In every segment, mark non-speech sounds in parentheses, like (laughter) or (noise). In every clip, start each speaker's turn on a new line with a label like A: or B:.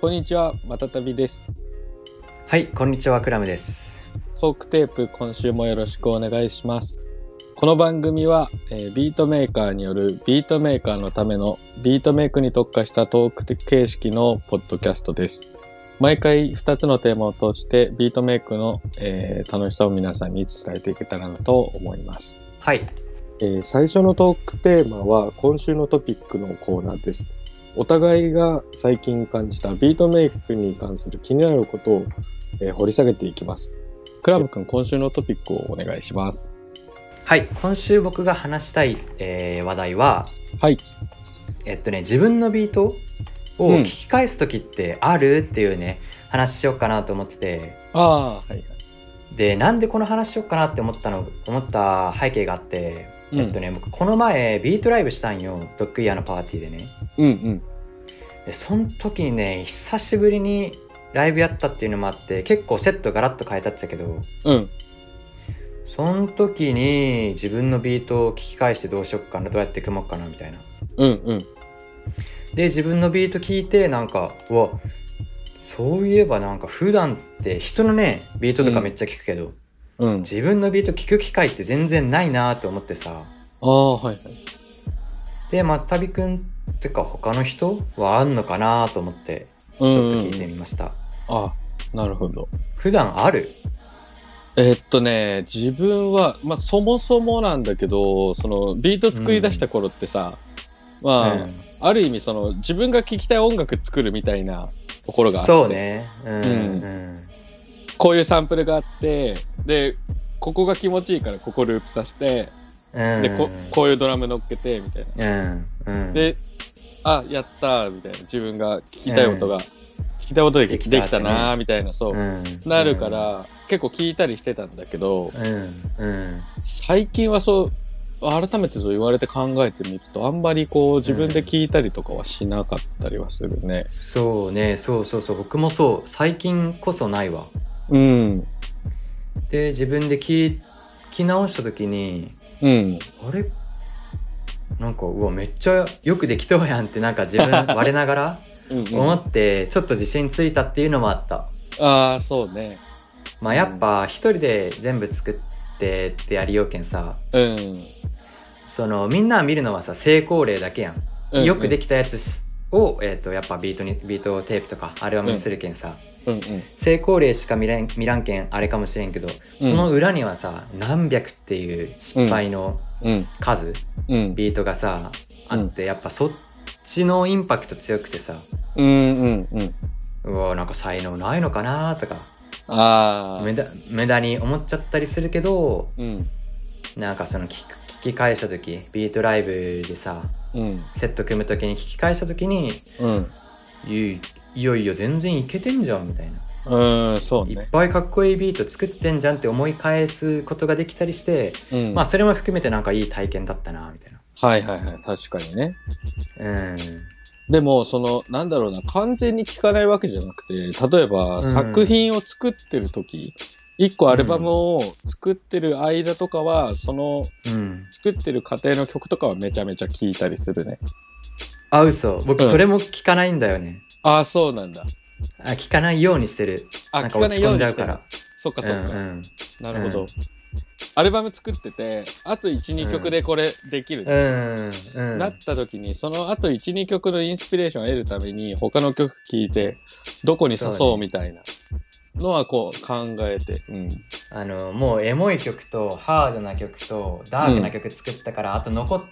A: こんにちは、またたびです。
B: はい、こんにちは、クラムです。
A: トークテープ、今週もよろしくお願いします。この番組は、えービートメーカーによるビートメーカーのためのビートメイクに特化したトーク形式のポッドキャストです。毎回2つのテーマを通してビートメイクの、えー楽しさを皆さんに伝えていけたらなと思います。
B: はい、
A: えー最初のトークテーマは今週のトピックのコーナーです。お互いが最近感じたビートメイクに関する気になることを、えー掘り下げていきます。クラム君、今週のトピックをお願いします。
B: はい、今週僕が話したい、えー話題は、
A: はい。
B: えっとね、自分のビートを
A: うん
B: 聞き返す時ってある、っていうね、話しようかなと思ってて、
A: ああ、はい。
B: で、なんでこの話しようかなって思ったの、思った背景があって、
A: うん
B: えっとね、僕この前ビートライブしたんよ、ドッグイヤーのパーティーでね。
A: うんうん。
B: で、その時にね、久しぶりにライブやったっていうのもあって、結構セットガラッと変えたっちゃけど、
A: うん。
B: その時に自分のビートを聞き返してどうしよっかなどうやって組もうかなみたいな
A: うんうん。
B: で自分のビート聞いてなんかうわそういえばなんか普段って人のねビートとかめっちゃ聞くけど、
A: うん。
B: 自分のビート聞く機会って全然ないなと思ってさ
A: ああ、はいはい。
B: でまったびくんってか他の人はあんのかなと思って
A: う
B: ち
A: ん
B: ょっと聞い
A: うん
B: て
A: うん。
B: みました、
A: ああ、なるほど。
B: 普段ある
A: えーっとね、自分は、まあ、そもそもなんだけど、その、ビート作り出した頃ってさ、まあ、
B: うん
A: ある意味その自分が聴きたい音楽作るみたいなところがあって
B: そうねうん、
A: うん
B: うん
A: こういうサンプルがあってでここが気持ちいいからここループさせて
B: うん
A: でここういうドラム乗っけてみたいな。
B: うんうん
A: であやったーみたいな自分が聴きたい音が聴きたい音でで
B: で
A: き
B: きた
A: たなーみたいなそうう。
B: ん
A: なるから、結構聞いたりしてたんだけど
B: うんうん
A: 最近はそう改めてそう言われて考えてみるとあんまりこう自分で聞いたりとかはしなかったりはするね。
B: そうねそうそうそう僕もそう最近こそないわ
A: うん、
B: で自分で聞い聞き直した時に
A: うん、
B: あれなんかうわめっちゃよくできとうやんってなんか自
A: (laughs)
B: 分我ながら
A: うん、うん
B: 思ってちょっと自信ついたっていうのもあった、
A: ああそうね
B: まあやっぱ一人で全部作ってってやりようけんさ
A: うん、
B: そのみんな見るのはさ成功例だけやん、
A: うん
B: よくできたやつしを、えー、とやっぱビートにビートテープとかアルバムにするけんさ、
A: うんうん
B: 成功例しか見らん見らんけんあれかもしれんけど、その裏にはさ何百っていう失敗の
A: うん
B: 数、
A: うん
B: ビートがさあって、やっぱそっちのインパクト強くてさ
A: うんうんうん
B: うわなんか才能ないのかなとか
A: ああ
B: 無駄無駄に思っちゃったりするけど
A: うん
B: なんかその聞く聞き返した時ビートライブでさ
A: うん
B: セット組む時に聞き返した時に
A: うん
B: いいよいよ全然いけてんじゃんみたいな、
A: うんそう
B: い
A: ね
B: っぱいかっこいいビート作ってんじゃんって思い返すことができたりして
A: うん
B: まあそれも含めてなんかいい体験だったなみたいな
A: はいはいはい確かにね
B: うん
A: でもそのなんだろうな完全に聴かないわけじゃなくて例えば、
B: うん
A: 作品を作ってる時一個アルバムを作ってる間とかは、その
B: うん
A: 作ってる過程の曲とかはめちゃめちゃ聴いたりするね
B: あ嘘僕
A: うん
B: それも聞かないんだよね、
A: ああそうなんだ
B: あ聞かないようにしてる
A: あ
B: なん
A: 聞
B: か
A: かな
B: 落ち
A: いよ
B: 込
A: うんに
B: じゃ
A: し
B: う
A: て
B: か
A: る
B: ら
A: そっかそっか、
B: うん
A: なるほど、
B: うん
A: アルバム作っててあと12、曲でこれできる、
B: うんうんうん
A: なった時にそのあと12曲のインスピレーションを得るために他の曲聴いてどこに刺
B: そう
A: そ
B: だ
A: うみたいなのはこう考えて、うん、
B: あのもうエモい曲とハードな曲とダークな曲作ったから、あと残っ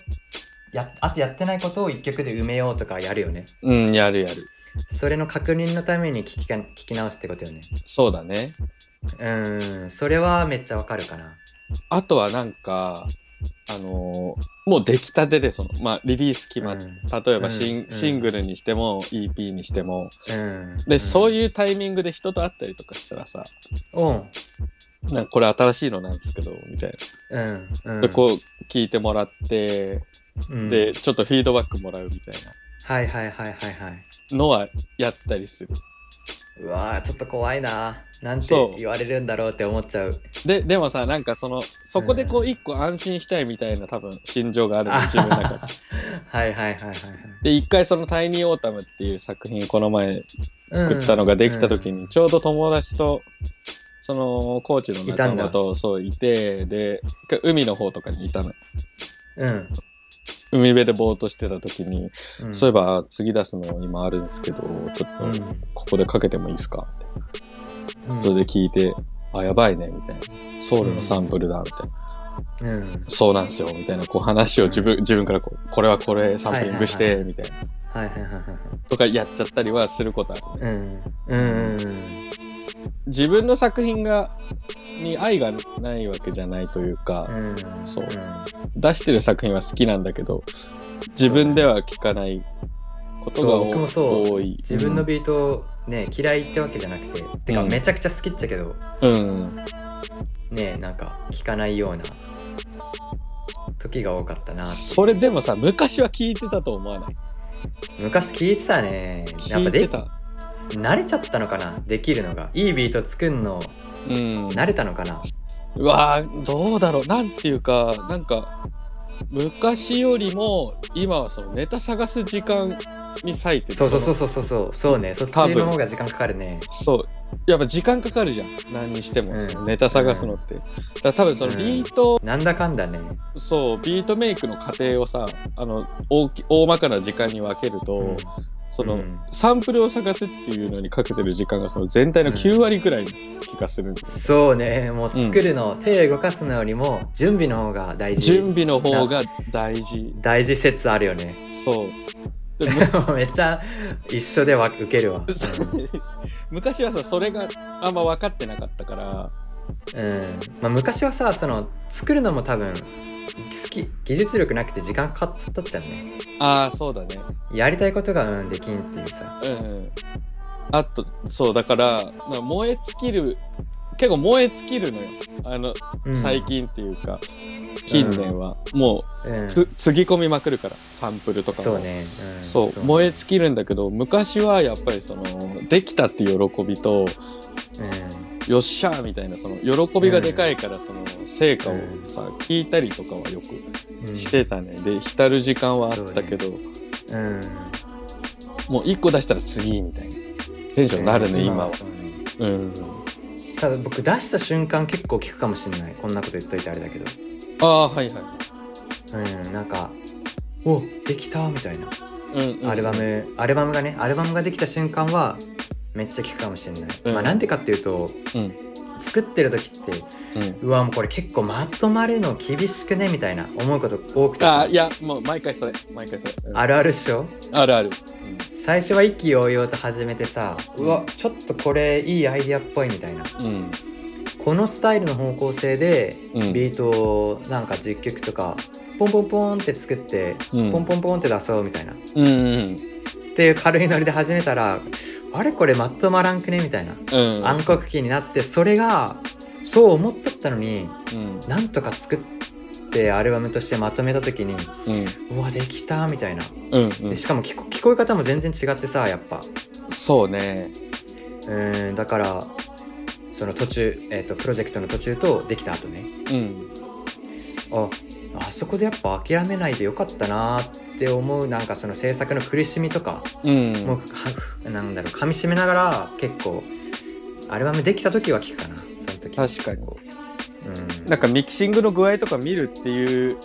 B: やあとやってないことを1曲で埋めようとかやるよね
A: うんやるやる
B: それの確認のために聞きか聞き直すってことよね
A: そうだね
B: うんそれはめっちゃわかるかな
A: あとはなんかあのーもう出来たてでその、まあ、リリース決まっ
B: う
A: て、
B: ん
A: 例えばシン,、
B: うん
A: シングルにしても EP にしても
B: うん
A: で、そう
B: う
A: いうタイミングで人と会ったりとかしたらさ
B: んうん
A: なんかこれ新しいのなんですけどみたいな
B: うんうん
A: でこう聞いてもらって、
B: うん
A: でちょっとフィードバックもらうみたい
B: はいはいはいはいはい
A: なのはやったりする
B: うわーちょっと怖いななん
A: そ
B: て
A: う
B: 言われるんだろうって思っちゃう
A: ででもさなんかそのそこでこう一個安心したいみたいな多分心情があるの自分の中で
B: (laughs) はいはいはいはいはい
A: で一回その「タイニーオータム」っていう作品この前作ったのができた時
B: に、
A: にちょうど友達とそのコーチの
B: いた
A: 仲
B: んだ
A: 間とそういてで海の方とかにいたの
B: うんうん
A: 海辺でぼーっとしてた時に、
B: うん
A: そういえば次出すの今あるんですけどちょ
B: うん
A: っとここでかけてもいいですかって
B: うん
A: ことで聞いて、あやばいねみたいなソウルのサンプルだみたいな。
B: うん
A: そうなんですよ、みたいな、こう話を自分、自分からこう、これはこれサンプリングし
B: はいは
A: て、みたいな、
B: はいはいはいはいはい
A: とかやっちゃったりはすることあるね。
B: うんうんうん
A: 自分の作品が、に愛がないわけじゃないというか、
B: うん
A: そうん出してる作品は好きなんだけど、自分では聞かないことが
B: そう僕もそ
A: 多い。
B: 自分のビートをね嫌いってわけじゃなくててか
A: うん
B: めちゃくちゃ好きっちゃけど
A: うん。
B: ねなんか聞かないような時が多かったなって
A: それでもさ、昔は聞いてたと思わない。
B: 昔聞いてたねや
A: 聞
B: っぱ
A: いて
B: で
A: た。
B: 慣れちゃったのかなできるのがいいビート作んの
A: うん。
B: 慣れたのかな
A: うわーどうだろうなんていうかなんか昔よりも今はそのネタ探す時間に割いてる
B: そうそうそううそうそうそうそうねそっち
A: 多分
B: の方が時間かかるね
A: そうやっぱ時間かかるじゃん何にしても、
B: うん
A: そのネタ探すのって、だから多分その
B: うん
A: ビート、
B: なんだかんだね
A: そうビートメイクの過程をさあの大き大まかな時間に分けると、
B: うん
A: その、
B: うん
A: サンプルを探すっていうのにかけてる時間がその全体の9割ぐらいの気がするんだよ、
B: そうねもう作るの、手動かすのよりも準備の方が大事
A: 準備の方が大事
B: 大事説あるよね (laughs)
A: そうで
B: めっちゃ一緒でわ受けるわ
A: (laughs) 昔はさそれがあんま分かってなかったから
B: うん、まあ、昔はさその作るのも多分好き技術力なくて時間かかっちゃったじゃんね
A: ああそうだね
B: やりたいことが、うん、できんっていうさ
A: うんあとそうだからまあ燃え尽きる結構燃え尽きるのよあの、
B: うん
A: 最近っていうか近年は、も
B: うん
A: うつつぎ込みまくるからサンプルとかも
B: そうね、うん、
A: そう燃え尽きるんだけど昔はやっぱりそのできたっていう喜びと
B: うん
A: よっしゃーみたいなその喜びがでかいからその成果をさ聞いたりとかはよく
B: うん
A: してたね。で、浸る時間はあったけど、
B: うん
A: もう一個出したら次みたいな。テンションになるね、今は。
B: そうね
A: うん。
B: ただ僕出した瞬間結構聞くかもしれないこんなこと言っといてあれだけど
A: ああ、はいはい。
B: うんなんかおできたみたいな
A: うん、うん。
B: アルバ。ムアルバムがねアルバムができた瞬間はめっちゃ聞くかもしれない、
A: うん
B: まあなんでかっていうと、
A: うん
B: 作ってる時って
A: うん。
B: うわもうこれ結構まとまるの厳しくねみたいな思うこと多くて
A: ああ、いや、もう毎回それ。毎回それ。うん
B: あるあるっしょ
A: あるある。
B: 最初は意気揚々と始めてさうわちょっとこれいいアイディアっぽいみたいな
A: うん。
B: このスタイルの方向性で
A: うん。
B: ビートをなんか10曲とかポンポンポンって作って
A: うん。
B: ポンポンポンって出そうみたいな、
A: うん。うん。
B: っていう軽いノリで始めたらあれこれまとまらんくねみたいな
A: うん。
B: 暗黒期になってそれがそう思っとったのに
A: うん。
B: なんとか作ってアルバムとしてまとめた時に
A: うん。
B: うわできたみたいな
A: うん。う
B: で
A: ん
B: し。かも聞こ聞こえ方も全然違ってさやっぱ
A: そうね。
B: うんだからその途中、えっとプロジェクトの途中とできた後ね
A: うん。
B: ああそこでやっぱ諦めないでよかったなって思うなんかその制作の苦しみとか
A: うん。
B: もうはなんだろう噛みしめながら結構アルバムできた時は聞くかなその時
A: 確かに
B: こううん
A: なんかミキシングの具合とか見るっていう、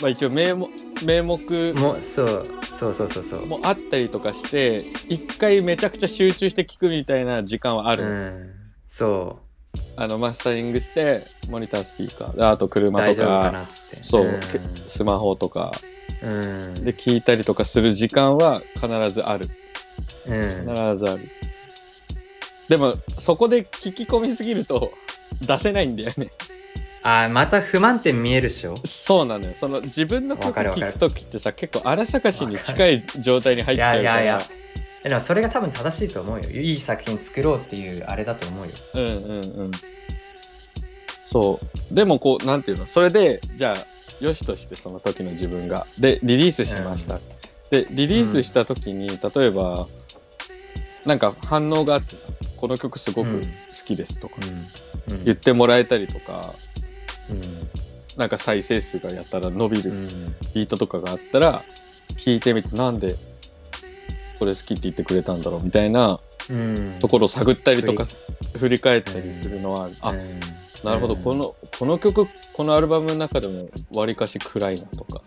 A: まあ一応名目、名目
B: もうそうそうそうそうそう
A: もあったりとかして、一回めちゃくちゃ集中して聞くみたいな時間はある
B: う
A: の。
B: んそ
A: あのマスタリングしてモニタースピーカーであと
B: う
A: 車と
B: 大丈夫
A: か
B: かなっつって
A: そう、
B: ん
A: けスマホとか
B: うん
A: で聞いたりとかする時間は必ずある
B: うん
A: 必ずあるでもそこで聞き込みすぎると出せないんだよね
B: あまた不満点見えるっしょ
A: (laughs) そうなのよその自分の曲
B: わかるわか
A: 聞
B: る
A: く時ってさ結構荒探しに近い状態に入っ
B: い
A: ちゃ
B: や
A: う
B: い
A: か
B: や
A: ら
B: いやでもそれが多分正しいと思うよいい作品作ろうっていうあれだと思うよ
A: うんうんうんそうでもこうなんていうのそれでじゃあよしとしてその時の自分がでリリースしました、
B: うん
A: でリリースした時に、例えばなんか反応があってさこの曲すごく好きですとか
B: うんうん
A: 言ってもらえたりとか、
B: う
A: なんか再生数がやたら伸びる
B: んうん
A: ビートとかがあったら、聞いてみてなんでこれ好きって言ってくれたんだろうみたいな
B: うん
A: ところを探ったりとか
B: う
A: 振り返ったりするのは、あ、
B: うん
A: なるほど、
B: うん
A: この、この曲、このアルバムの中でも割かし暗いなとか、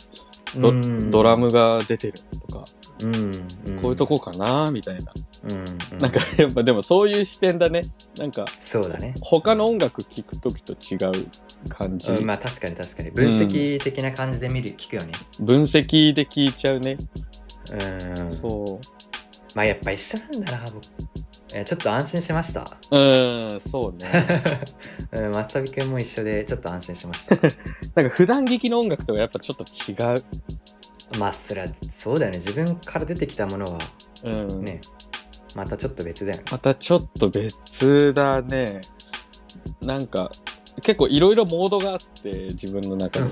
A: ド
B: うん
A: ドラムが出てるとか、
B: うんん
A: こういうとこかなみたいな。 (laughs)
B: うんうん
A: なんかやっぱでもそういう視点だね。なんか
B: そうだね
A: 他の音楽聴くときと違う感じ。
B: うんまあ確かに確かに分析的な感じで見る聞くよね
A: 分析で聴いちゃうね。
B: うん
A: そ
B: まあやっぱ一緒なんだな僕えーちょっと安心しました (laughs)
A: う。うん、そうね。
B: うん松旅君も一緒でちょっと安心しました
A: (laughs) なんか普段聴きの音楽とはやっぱちょっと違う。 (laughs)
B: まあそりゃそうだよね自分から出てきたものは
A: うん。
B: ねまたちょっと別だよね
A: またちょっと別だね。なんか結構いろいろモードがあって自分の中で。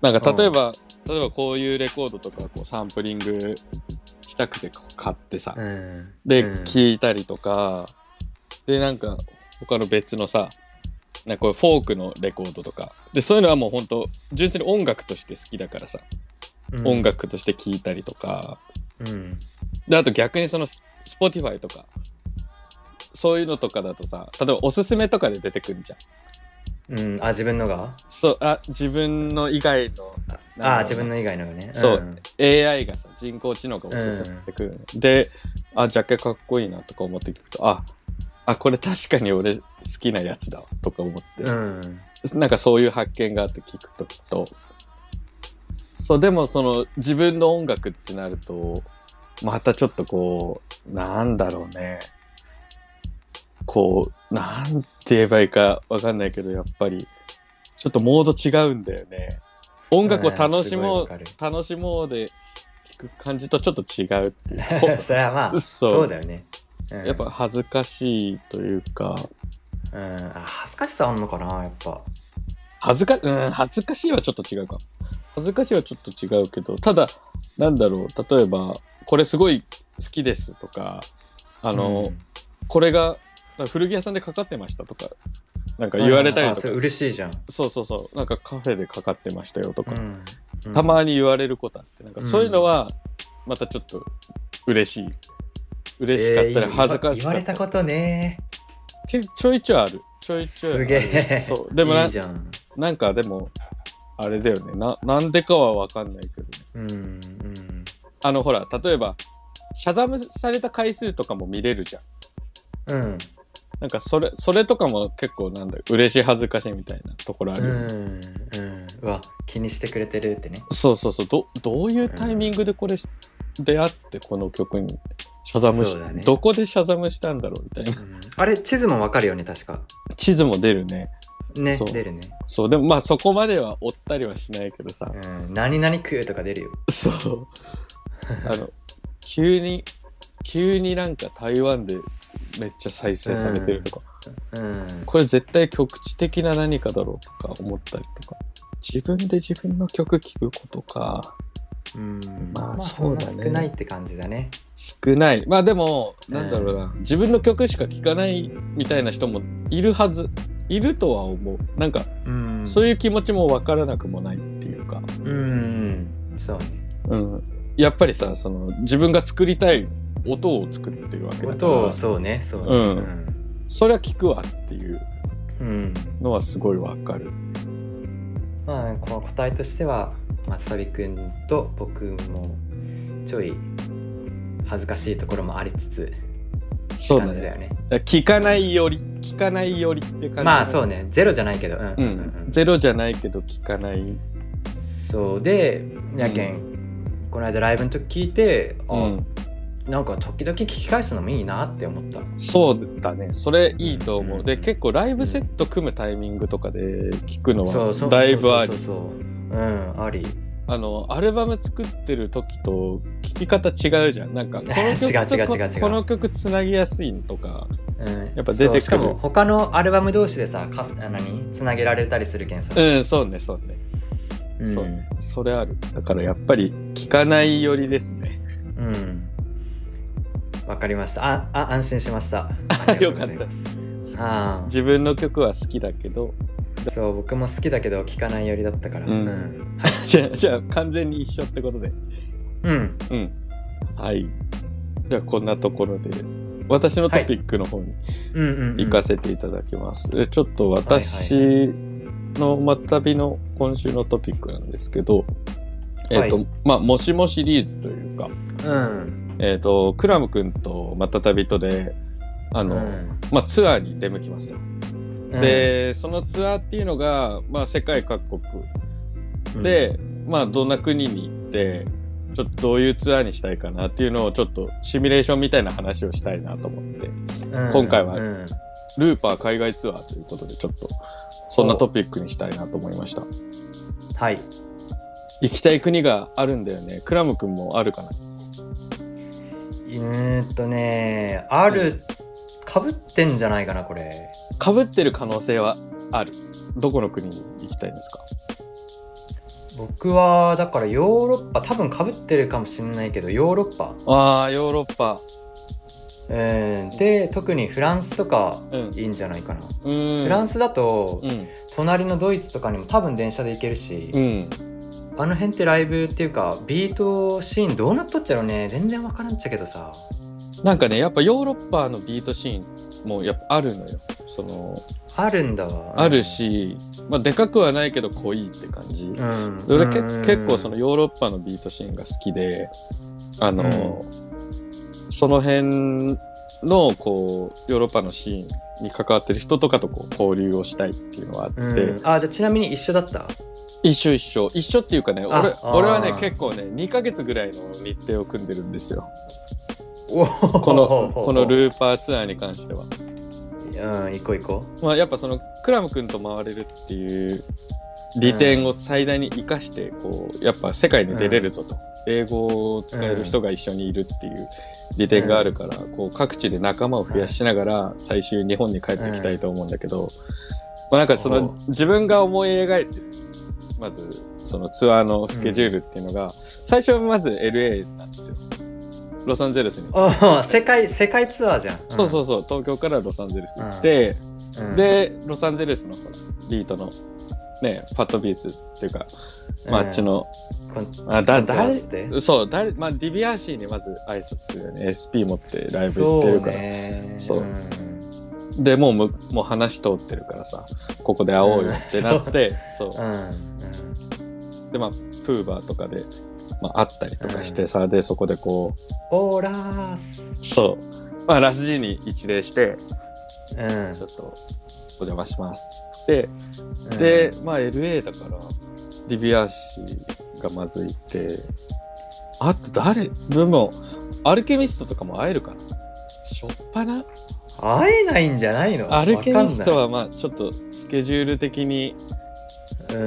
A: なんか例えば、例えばこういうレコードとかこうサンプリングしたくてこう買ってさ、
B: うん
A: で
B: うん
A: 聞いたりとか、でなんか他の別のさなんかこうフォークのレコードとかでそういうのはもうほんと純粋に音楽として好きだからさ、
B: うん
A: 音楽として聞いたりとか
B: うん
A: であと逆にその Spotify とかそういうのとかだとさ例えばおすすめとかで出てくるじゃん
B: うんあ自分のが
A: そうあ自分の以外の
B: ああ自分の以外のがね
A: そうん AI がさ人工知能がおすすめしてくる、であジャケかっこいいなとか思って聞くとああこれ確かに俺好きなやつだわとか思って、
B: うん
A: なんかそういう発見があって聞くときとそうでもその自分の音楽ってなるとまたちょっとこうなんだろうねこうなんて言えばいいかわかんないけどやっぱりちょっとモード違うんだよね音楽を楽しもう、
B: うんす
A: 楽しもうで聞く感じとちょっと違うっていう (laughs)
B: ごいわかるそれはまあ
A: そう
B: そうだよねうん
A: やっぱ恥ずかしいというか
B: うんあ恥ずかしさあんのかなやっぱ
A: 恥ずかうん恥ずかしいはちょっと違うか恥ずかしいはちょっと違うけどただなんだろう例えばこれすごい好きですとかあ
B: あ
A: の、これが古着屋さんでかかってましたとかなんか言われたりとか、
B: 嬉しいじゃん
A: そうそうそうなんかカフェでかかってましたよとか、
B: うんうん
A: たまに言われることあってなんかそういうのはまたちょっと嬉しい嬉しかった
B: え
A: り
B: ー
A: 恥ずかし
B: 言
A: か
B: わ
A: った
B: れ
A: り
B: たことね
A: けちょいちょいあるちょいちょいあ
B: す
A: る
B: げえ
A: そうでもない
B: いじゃん
A: なんかでもあれだよねななんでかは分かんないけどね
B: うんうん
A: あのほら例えばシャザムされた回数とかも見れるじゃん
B: うん
A: なんかそれそれとかも結構なんだよ嬉しい恥ずかしいみたいなところあ
B: う
A: る、
B: んうんうわ気にしてくれてるってね
A: そうそうそうどどういうタイミングでこれ出会ってこの曲にシャザムし、
B: そうだね
A: どこでシャザムしたんだろうみたいな
B: うんあれ地図もわかるよね確か
A: 地図も出るね
B: ね
A: そう
B: 出るね
A: そうでもまあそこまでは追ったりはしないけどさ
B: うん何々食うとか出るよ
A: そう。あの、急に、急になんか台湾でめっちゃ再生されてるとか、
B: うん
A: これ絶対局地的な何かだろうとか思ったりとか、自分で自分の曲聴くことか、
B: うん
A: まあそうだね
B: そんな少ないって感じだね
A: 少ない。まあでも、
B: うん
A: なんだろうな、自分の曲しか聴かないみたいな人もいるはず。いるとは思う。なんか、
B: うん
A: そういう気持ちもわからなくもないっていうか、
B: うんそうね
A: うん。やっぱりさ、その、自分が作りたい音を作ってるわけだから。
B: 音をそうねそうね
A: うんそりゃ聞くわっていう
B: うんうん
A: のはすごいわかる。
B: まあ、この答えとしては松旅くんと僕もちょい恥ずかしいところもありつつ
A: そうだ
B: 感じだ
A: ね。
B: よね
A: 聞かないより、聞かないよりって感じだね。
B: まあそうねゼロじゃないけどうん、
A: う
B: うん
A: ん。
B: うん
A: ゼロじゃないけど聞かない。
B: そうでやけん、この間ライブの時聞いてあ、
A: うん。
B: なんか時々聞き返すのもいいなって思った
A: そうだね。それいいと思う。
B: うん
A: で、結構ライブセット組むタイミングとかで聞くの
B: そうそ
A: は
B: う
A: だいぶあり
B: そう。そうそううんあり
A: あの、アルバム作ってる時と聞き方違うじゃん。なんか、この
B: (laughs) 違う
A: 曲と
B: 違う
A: こ
B: 違う違う
A: この曲つなぎやすいのとか。
B: うん
A: やっぱ出てくる
B: そうしかも他のアルバム同士でさかすあ何つなげられたりするけんさ、
A: うん、そうね、そうね。
B: うん
A: そうそれある。だからやっぱり聞かないよりですね。
B: うん。わかりました。あ、あ、安心しま
A: (laughs)
B: した。
A: よかった
B: ありがとうございますあ
A: 自分の曲は好きだけど (laughs)
B: あ、そう、僕も好きだけど、聞かない寄りだったから。
A: う
B: うんん。はい
A: じゃあじゃあ完全に一緒ってことで
B: うん。
A: うんはいじゃあこんなところで私のトピックの方に
B: うんうん、うん。
A: 行かせていただきます、えちょっと私のまたびの今週のトピックなんですけど、えっ、と、
B: は
A: まあもしもシリーズというか
B: うん。
A: えっ、とクラム君とまたたびとであの、
B: うん
A: まあ、ツアーに出向きました、、でそのツアーっていうのが、まあ、世界各国
B: うん、
A: で、まあどんな国に行ってちょっとどういうツアーにしたいかなっていうのをちょっとシミュレーションみたいな話をしたいなと思って
B: うん
A: 今回は
B: うん
A: ルーパー海外ツアーということでちょっとそんなトピックにしたいなと思いました
B: はい。
A: 行きたい国があるんだよねクラム君もあるかな
B: うーんとね、ある、かぶってんじゃないかな、これ。
A: かぶってる可能性はあるどこの国に行きたいんですか
B: 僕は、だからヨーロッパ、多分かぶってるかもしれないけど、ヨーロッパ。
A: あーヨーロッパ
B: うん。で、特にフランスとか、
A: うん
B: いいんじゃないかな。
A: うん
B: フランスだと、
A: うん
B: 隣のドイツとかにも多分電車で行けるし、
A: うん
B: あの辺ってライブっていうかビートシーンどうなっとっちゃろうね全然わからんっちゃけどさ
A: なんかねやっぱヨーロッパのビートシーンもやっぱあるのよその
B: あるんだわ
A: ある、し、まあ、でかくはないけど濃いって感じ、
B: うん、
A: 俺け、
B: うん
A: 結構そのヨーロッパのビートシーンが好きであの、その辺のこうヨーロッパのシーンに関わってる人とかとこう交流をしたいっていうのはあって、
B: うんあじゃあちなみに一緒だった
A: 一緒一緒一緒っていうかね俺
B: あ
A: 俺はね
B: あー
A: 結構ね2ヶ月ぐらいの日程を組んでるんですよ
B: こ
A: このこの
B: ー
A: ルーパーツアーに関しては。
B: うん行こう行こ
A: まあ、やっぱそのクラム君と回れるっていう利点を最大に生かしてこうやっぱ世界に出れるぞと、英語を使える人が一緒にいるっていう利点があるから、こう各地で仲間を増やしながら最終日本に帰ってきたいと思うんだけど、まあ、なんかその
B: お
A: 自分が思い描いてるまずそのツアーのスケジュールっていうのが、最初はまず LA なんですよロサンゼルスに。
B: うおー世界世界ツアーじゃん、
A: そうそうそう東京からロサンゼルス行っ
B: うん
A: て、
B: うん、うん、
A: でロサンゼルスのほらビートのねファットビーツっていうか、まあ、あっちの、
B: こん
A: あだ誰
B: 誰って
A: そう誰、まあ、ディビアーシーにまず挨拶するよね SP 持ってライブ行ってるから、
B: そうね
A: そうんでもうむもう話通ってるからさここで会おうよってなって、
B: (laughs)
A: そう
B: うん
A: でまあプーバーとかで、まあ、会ったりとかしてさ、でそこでこ
B: オーラース
A: うそう、まあ、ラスジーに一礼して
B: うん
A: ちょっとお邪魔しますっつって
B: うん
A: で、まあ LA だから、リビア市がまずいて、あと誰でも、アルケミストとかも会えるかなしょっぱな
B: 会えないんじゃないの
A: アルケミスト
B: わ
A: はまあちょっとスケジュール的に
B: かんないう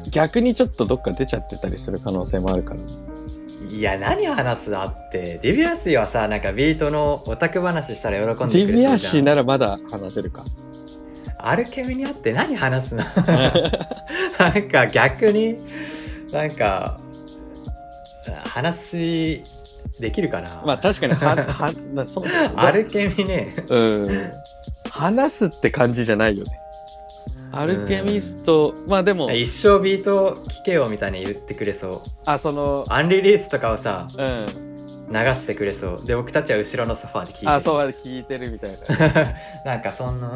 B: ん
A: 逆にちょっとどっか出ちゃってたりする可能性もあるから。
B: いや何話すだってディビアシーはさなんかビートのオタク話したら喜んで
A: デ
B: く
A: ィ
B: れ
A: ビ
B: そう
A: ア
B: じゃ
A: 市
B: ん
A: ならまだ話せるか。
B: アルケミに会って何話
A: (laughs)
B: すのなんか逆になんか話できるかな、
A: まあ確かには、 (laughs) は、まあそうだ
B: アルケミね
A: うん。話すって感じじゃないよね。アルケミスト、まあでも、
B: 一生ビート聞けよみたいに言ってくれそう
A: あ、その、
B: アンリリースとかをさ
A: うん。
B: 流してくれそうで僕たちは後ろのソファーで聞いてる
A: あ、そうは聞いてるみたいな。 (laughs)
B: なんかそんな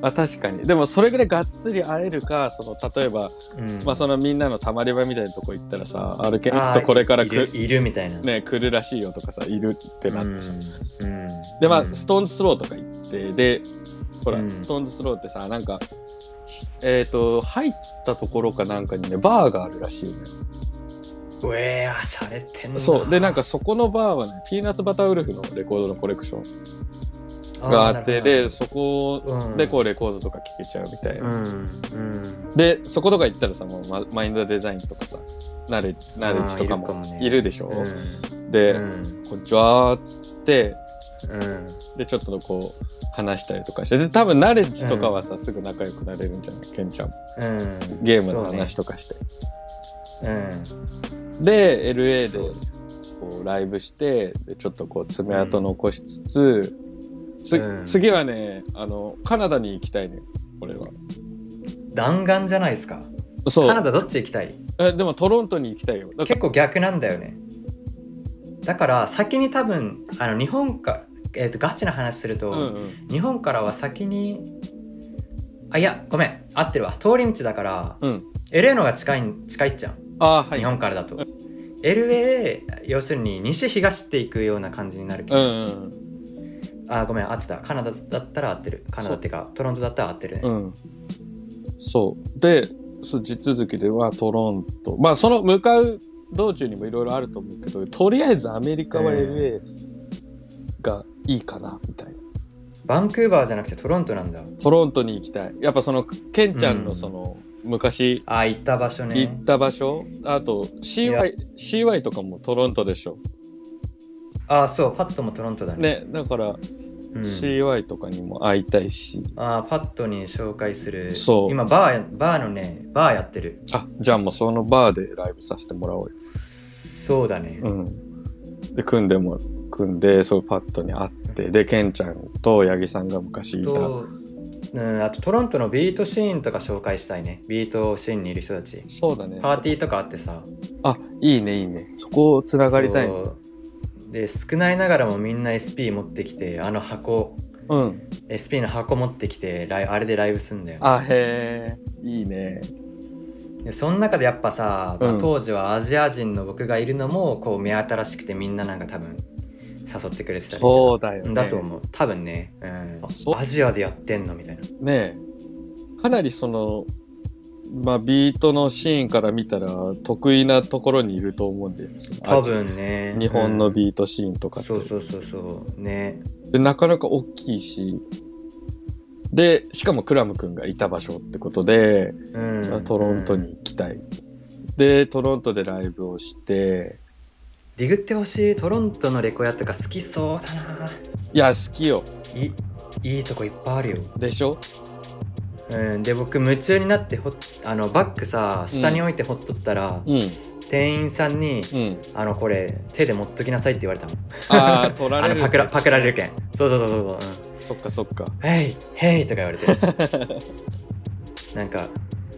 A: まあ確かに。でもそれぐらいがっつり会えるか、その例えば、
B: うん、うん、
A: まあそのみんなのたまり場みたいなとこ行ったらさ、アルケミストこれから
B: い
A: く
B: るいるみたいな
A: ね、来るらしいよとかさ、いるってなってさ。
B: うんうん
A: で、まあ
B: うん
A: ストーンズスローとか行って、で、ほら、
B: うん
A: ストーンズスローってさ、なんか、えっ、と、入ったところかなんかにね、バーがあるらしいのよ、
B: うえー、あしゃれてんな
A: そう。で、なんかそこのバーはね、ピーナッツバターウルフのレコードのコレクションがあって、で、そこでこうレコードとか聴けちゃうみたいな。
B: うんうん
A: でそことか行ったらさもうママインドデザインとかさナレナレッジとか
B: あーいるかも
A: も
B: ね
A: いるでしょ、
B: うん
A: で、
B: うん
A: こうジャーっつって
B: うん
A: でちょっとこう話したりとかしてで多分ナレッジとかはさ、すぐ仲良くなれるんじゃないケンちゃん
B: うん
A: ゲームの話とかして、
B: うん
A: で LA
B: そう
A: でこうライブしてでちょっとこう爪痕残しつつ、つ
B: うん
A: 次はねあのカナダに行きたいね俺は
B: 弾丸じゃないですか
A: そ
B: カナ
A: う
B: ダどっち行きたい
A: えでもトロントに行きたいよだから
B: 結構逆なんだよねだから先に多分あの日本か、えー、とガチな話すると、
A: うんうん
B: 日本からは先にあいやごめん合ってるわ通り道だから
A: うん、
B: LA のが近いん近いっちゃう
A: ああはい
B: 日本からだと、LA 要するに西東っていくような感じになるけ
A: う
B: ど、
A: んうん
B: あごめん合ってたカナダだったら合ってるカナダってかトロントだったら合ってるね、
A: うんそうでそう地続きではトロントまあその向かう道中にもいろいろあると思うけどとりあえずアメリカは
B: え
A: LA がいいかなみたいな、
B: バンクーバーじゃなくてトロントなんだ
A: トロントに行きたいやっぱそのケンちゃん
B: う
A: の
B: ん
A: その、昔
B: あ行った場所
A: 行
B: ね
A: った場所、あと CY, CY とかもトロントでしょ
B: あそうパットもトロントだね
A: ねだから
B: うん
A: CY とかにも会いたいし、
B: あーパッドに紹介する
A: そう
B: 今バーバーのねバーやってる
A: あじゃあもうそのバーでライブさせてもらおうよ
B: そうだね、
A: うん、で組んでも組んでそうパッドに会ってでケンちゃんと八木さんが昔いた
B: と、うん、あとトロントのビートシーンとか紹介したいねビートシーンにいる人たち
A: そうだね
B: パーティーとかあってさ
A: あいいねいいねそこをつながりたいね
B: そうで少ないながらもみんな SP 持ってきてあの箱
A: うん
B: SP の箱持ってきてライあれでライブすんだよ
A: あへえいいね
B: でその中でやっぱさ、まあ
A: うん
B: 当時はアジア人の僕がいるのもこう目新しくてみんななんか多分誘ってくれてたり
A: そうだよね
B: だと思う多分ね、うん
A: あそう
B: アジアでやってんのみたいな
A: ねえかなりそのまあビートのシーンから見たら得意なところにいると思うんだよその
B: 多分ね
A: 日本の
B: ー
A: ビートシーンとかって、
B: そうそうそうそうね
A: でなかなか大きいしでしかもクラム君がいた場所ってことで
B: うん
A: トロント
B: うん
A: に行きたい。で、トロントでライブをして、
B: ディグってほしいトロントのレコヤとか好きそうだない
A: や、好きよ。
B: いいいとこいっぱいあるよ、
A: でしょ
B: うん、で僕夢中になってほっあのバッグさ下に置いてほっとったら、
A: うん、
B: (laughs) 店員さんに
A: うん。
B: 「あのこれ手で持っときなさい」って言われたもん
A: ああ、取られ
B: あの
A: る。
B: パクラパクられるけんそうそうそうそうそう
A: そっかそっか。
B: うん「へいへい」とか言わ
A: (laughs)
B: れてなんか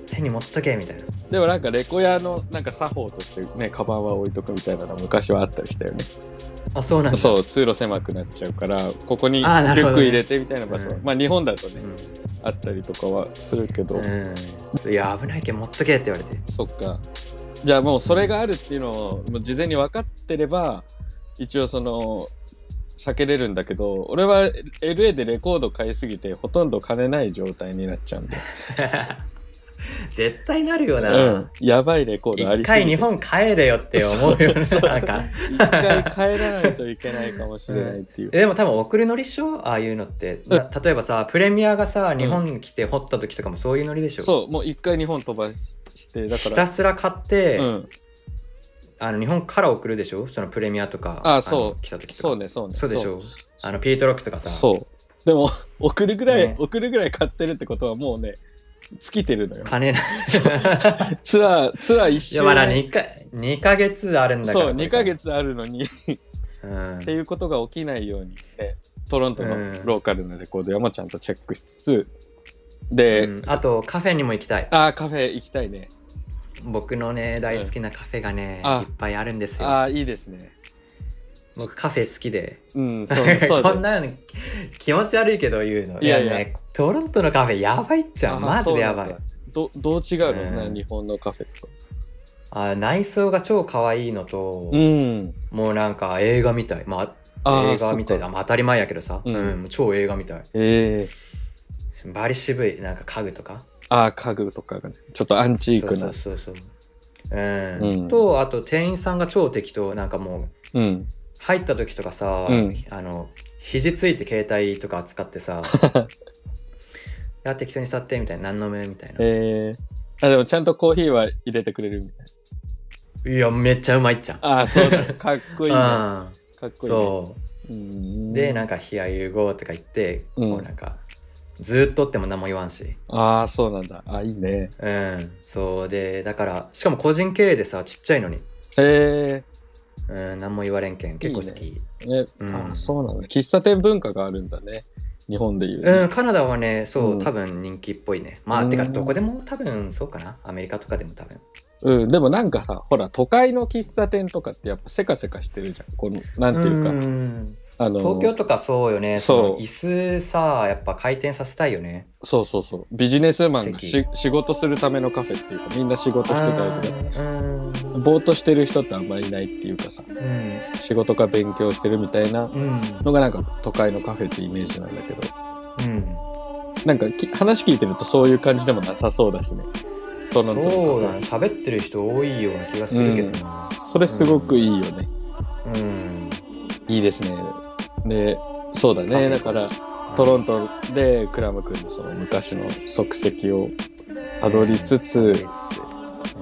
B: 手に持っとけみたいな
A: でもなんか、レコヤのなんか作法としてね、カバンは置いとくみたいなの昔はあったりしたよね。
B: あそうなんだ
A: そう、通路狭くなっちゃうから、ここにリュ
B: あーなる
A: ッ
B: ほ
A: ク
B: どね
A: 入れてみたいな場所は、
B: うん
A: まあ日本だとね、
B: うん
A: あったりとかはするけど、
B: うん、いや危ないけん持っとけって言われて (laughs)
A: そっか。じゃあもうそれがあるっていうのをもう事前に分かってれば、一応その、避けれるんだけど、俺は LA でレコード買いすぎて、ほとんど金ない状態になっちゃうんで。
B: 絶対なるよな、
A: うん。やばいレコードあ
B: 一
A: りすぎ
B: 回
A: て。
B: 日本帰れよって思うよねなんか
A: 一回帰らないといけないかもしれないっていう。
B: えでも多分送るノリっしょああいうのって、な例えばさプレミアがさ日本に来て掘った時とかもそういうノリでしょ、
A: そう、もう一回日本飛ばしして、だか
B: ひ
A: ら
B: た。すら買って、
A: うん。
B: あの日本から送るでしょそのプレミアとか
A: あそう
B: の来た時とか
A: そうね、そうね。
B: そうでしょあのピートロックとかさ
A: そう。でも、 (laughs) 送るぐらい、
B: ね
A: 送るぐらい買ってるってことはもうね、尽きてるのよ。(laughs)
B: 金ない
A: ツアー、ツアー一
B: い
A: 周
B: やまあな2か2ヶ月あるんだから
A: そう、
B: これ
A: 2
B: から
A: ヶ、月あるのにっ
B: うん、
A: ていうことが起きないように、ね、トロントの
B: うん
A: ローカルのレコード屋もちゃんとチェックしつつ、で、
B: うんあとカフェにも行きたい
A: ああ、カフェ行きたいね。
B: 僕のね大好きなカフェがね、
A: あ
B: いっぱいあるんですよ
A: ああ、いいですね。
B: 僕カフェ好きで
A: (laughs) うん、そう、そう
B: (laughs) こ
A: だ
B: ん
A: ね。
B: なの気持ち悪いけど言うの
A: いやいや
B: ねトロントのカフェやばいっちゃ
A: あ
B: ん
A: ー
B: マジでやば。
A: そ
B: いう
A: なんだどどう違うの、
B: うん
A: な日本のカフェとか。
B: あ内装が超可愛いのと、
A: うん。
B: もうなんか映画みたいまあ
A: あー
B: 映画みたいな、まあ、当たり前やけどさ、
A: う
B: うんんもう超映画みたい
A: ええ
B: バリ渋いなんか家具とか
A: ああ、家具とかがね、ちょっとアンチーク
B: そ
A: な。
B: うそうそうそううん、
A: うん
B: とあと店員さんが超適当なんかもう
A: うん。
B: 入った時とかさ、
A: うん
B: あの肘ついて携帯とか扱っ
A: (laughs)
B: てさいや適当に座ってみたいな何飲むみたいな
A: ええあ、でもちゃんとコーヒーは入れてくれるみたい
B: いやめっちゃうまいっちゃん
A: な。ああ、そうだ。 (laughs) かっこいいね。か
B: あ
A: っこいい、ね。。
B: そううんでなんか「冷やゆうご」とか言って、
A: うん
B: こうなんかずっとおっても何も言わんし
A: ああ、そうなんだ。あいいね。
B: うんそうでだからしかも個人経営でさちっちゃいのに
A: へえ。
B: うん、何も言われんけん、結構好き。
A: ね、
B: うん
A: あそうなんだ喫茶店文化があるんだね日本でいう、
B: うん、カナダはね、そう、
A: うん
B: 多分人気っぽいね。まあ、
A: うん
B: てか、どこでも多分そうかな。アメリカとかでも多分。
A: うんでもなんかさほら都会の喫茶店とかってやっぱせかせかしてるじゃんこのなんていうか、
B: ん
A: あの
B: 東京とかそうよね。
A: そう
B: の椅子さ、やっぱ回転させたいよね。
A: そうそうそうビジネスマンがし仕事するためのカフェっていうかみんな仕事してたりとかさ
B: うん
A: ぼーっとしてる人ってあんまりいないっていうかさ
B: うん。
A: 仕事か勉強してるみたいな
B: うん。
A: のがなんか都会のカフェってイメージなんだけど
B: うん。
A: なんかき話聞いてるとそういう感じでもなさそうだしねトロント
B: そう
A: と
B: だ
A: か
B: ね。喋ってる人多いような気がするけどな。
A: さそれすごくいいよね、
B: うん。
A: いいですね。で、そうだね。だから、トロントでクラム君のその昔の足跡をたどりつつ、
B: うん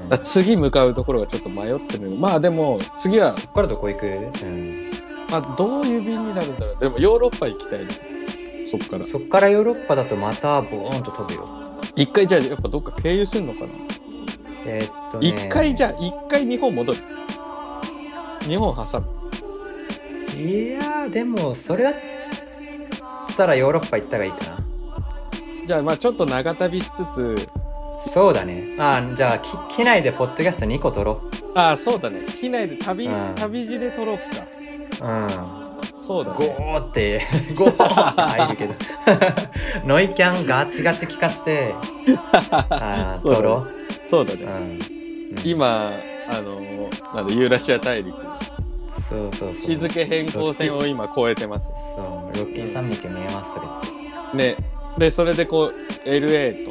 A: あ次向かうところがちょっと迷ってる。まあでも、次は、
B: そっからどこ行く、うん、
A: まあどういう便になるんだろう。でもヨーロッパ行きたいですよ。そっから。
B: そっからヨーロッパだとまたボーンと飛ぶよ。
A: 一回じゃあ、やっぱどっか経由するのかな
B: えーっとね
A: 一回じゃあ、一回日本戻る。日本挟む。
B: いやーでもそれだったらヨーロッパ行った方がいいか
A: じゃあ、まあちょっと長旅しつつ、
B: な。そうだね。まあじゃあき機内でポッドキャスト2個撮ろ
A: ああ、そうだね。機内で旅、
B: うん
A: 旅路で撮ろうか。
B: う。うん。
A: そうだ
B: ゴ
A: ね。
B: ーって
A: (laughs)
B: ゴーって入るけど (laughs) ノイキャンガチガチ聞かせてあ
A: (laughs)
B: ー
A: そうだね
B: 撮ろ
A: そうだ
B: う、
A: ね
B: う。ん、
A: 今あのなんだユーラシア大陸
B: そうそうそう
A: 日付変更線を今超えてます
B: そうロッキー山脈見えますとか
A: ねでそれでこう LA と,、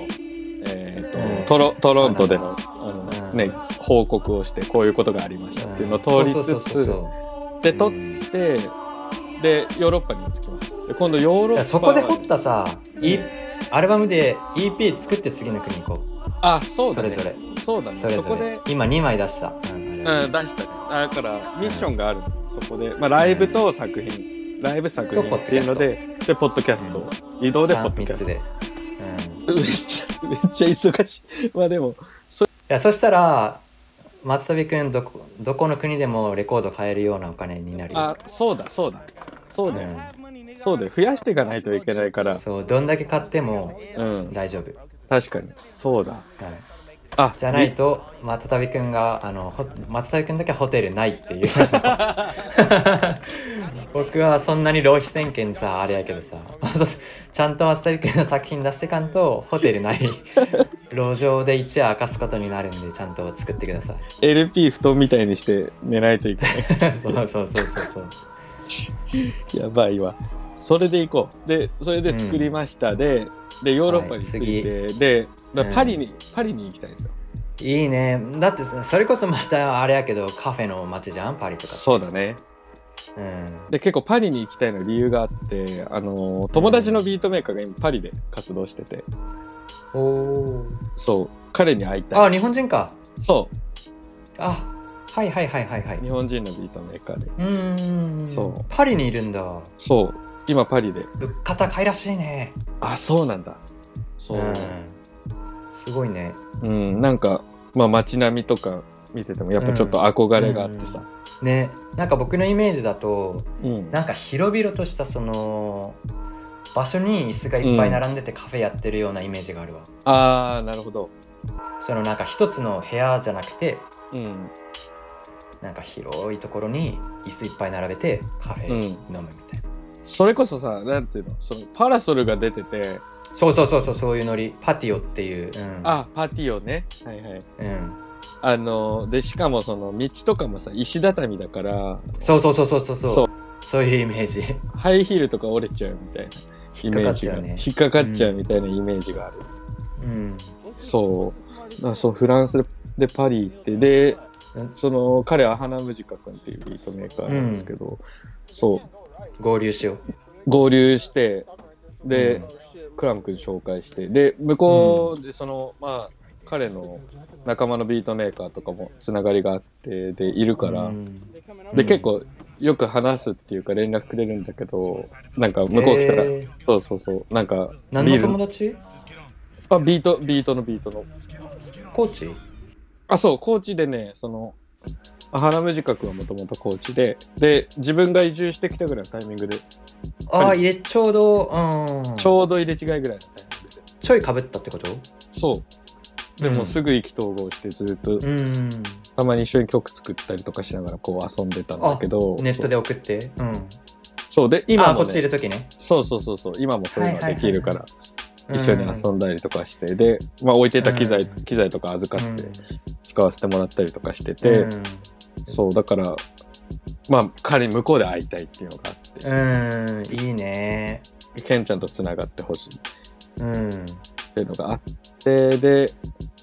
A: えーと
B: うん
A: トロトロントでのあの、
B: うん
A: ね、報告をしてこういうことがありまし
B: 言
A: た
B: っ
A: ってていううんのを通り
B: そ
A: つ
B: うそうそ
A: つ
B: うそう
A: で撮
B: う
A: っ
B: ん
A: てでヨーロッパに着きましたで今度ヨーロッ
B: い
A: パ
B: やそこで掘ったさ、いアルバムで EP 作って次の国行こう
A: あそうだね
B: れぞれ
A: そうだね
B: それぞ
A: そ
B: れ
A: こで、
B: 今2枚出した、うん
A: う
B: アルバム
A: ん、出したねだからミッションがあるのそこで、まあ、ライブと作品ライブ作品っていうのででポッドキャスト、移動でポッドキャスト
B: 三つで、うん、い
A: めっちゃ、めっちゃ忙しい。 (laughs) まあでも、
B: やそしたら松飛君どこどこの国でもレコード買えるようなお金になるよ
A: あ、そうだ、そうだ。そうだよ。
C: うん
A: そうだよ。増やしていかないといけないから。
B: そうどんだけ買っても
A: うん。
B: 大丈夫、
A: 確かに。そうだ。
B: はい
A: あ、
B: じゃないと松飛君があのほ松飛君だけホテルない (laughs) っていう僕はそんなに浪費せんけんさあれやけどさちゃんと松飛君の作品出してかんとホテル (laughs) ない路上で一夜明かすことになるんでちゃんと作ってください (laughs)
A: LP 布団みたいにして寝ないといけ (laughs) ない。
B: そうそうそうそうそう
A: やばいわ。それで行こう。で、それで作りました。で、で、ヨーロッパに着いて、で、だからパリに、パリに行きたいんですよ。
B: いいねだってさそれこそまたあれやけどカフェの街じゃんパリとか
A: そうだね。
B: うん
A: で、結構パリに行きたいの理由があって、あの、友達のビートメーカーが今パリで活動してて、
B: おー
A: そう、彼に会いたい。
B: あ日本人か
A: そう。
B: あはいはいはいはいはい
A: 日本人のビートメーカーで
B: うーん
A: そう
B: パリにいるんだ物
A: そう今パリで
B: 価高いらしいね
A: あそうなんだそ
B: ん
A: う
B: すごいね
A: うん、なんかまあ街並みとか見ててもやっぱちょっと憧れがあってさ
B: ねなんか僕のイメージだと
A: うん、
B: なんか広々としたその場所に椅子がいっぱい並んでてカフェやってるようなイメージがあるわ、
A: ああなるほど
B: そのなんか一つの部屋じゃなくて
A: うん
B: なんか広いところに椅子いっぱい並べてカフェ
A: うん
B: 飲むみたいな、
A: それこそさなんていうのそのパラソルが出てて
B: そうそうそうそうそういうノリパティオっていう、うん、
A: あパティオねはいはい
B: うん、
A: あのでしかもその道とかもさ石畳だから
B: そうそうそうそうそうそう
A: そう
B: そういうイメージ
A: ハイヒールとか折れちゃうみたいなイ
B: 引っ
A: メ
B: か
A: ー
B: かっ
A: ジ
B: ち
A: が
B: ゃうね
A: 引っかかっちゃうみたいなイメージがある、
B: うん
A: そうあそうフランスでパリ行ってで
B: うん
A: その彼は花ムジカ君っていうビートメーカーなんですけど、そう
B: 合流しよ
A: 合流して
B: う
A: で、
B: うん
A: クラム君紹介してで向こうでその、まあ彼の仲間のビートメーカーとかもつながりがあってでいるから、
B: うん
A: で
B: うん
A: 結構よく話すっていうか連絡くれるんだけどなんか向こう来たら、
B: えー
A: そうそうそうなんか
B: 何の
A: ル
B: 友達
A: あビートビートのビートの
B: コーチ
A: あそう高知でねその花ムジカ君はもともとコーチで、で、自分が移住してきたぐらいのタイミングで、
B: ああ、入れ、ちょうど、うん。
A: ちょうど入れ違いぐらいのタイミングで。
B: ちょいかぶったってこと
A: そう。でもすぐ意気投合してずっと、
B: うん。
A: たまに一緒に曲作ったりとかしながらこう遊んでたんだけど、
B: ネットで送って。うん。
A: そうそうで、
B: あ
A: 今
B: あ、こ
A: も、
B: っちい
A: ね
B: る、ときね。
A: そうそうそうそう、今もそういうのはできるから、
B: うん
A: 一緒に遊んだりとかして、で、まあ置いていた機材、
B: うん
A: 機材とか預かって
B: うん
A: 使わせてもらったりとかしてて、そう、だから、まあ彼に向こうで会いたいっていうのがあって、
B: うん、うん、いいね。
A: ケンちゃんとつながってほしいっ
B: うん。
A: ていうのがあって、で、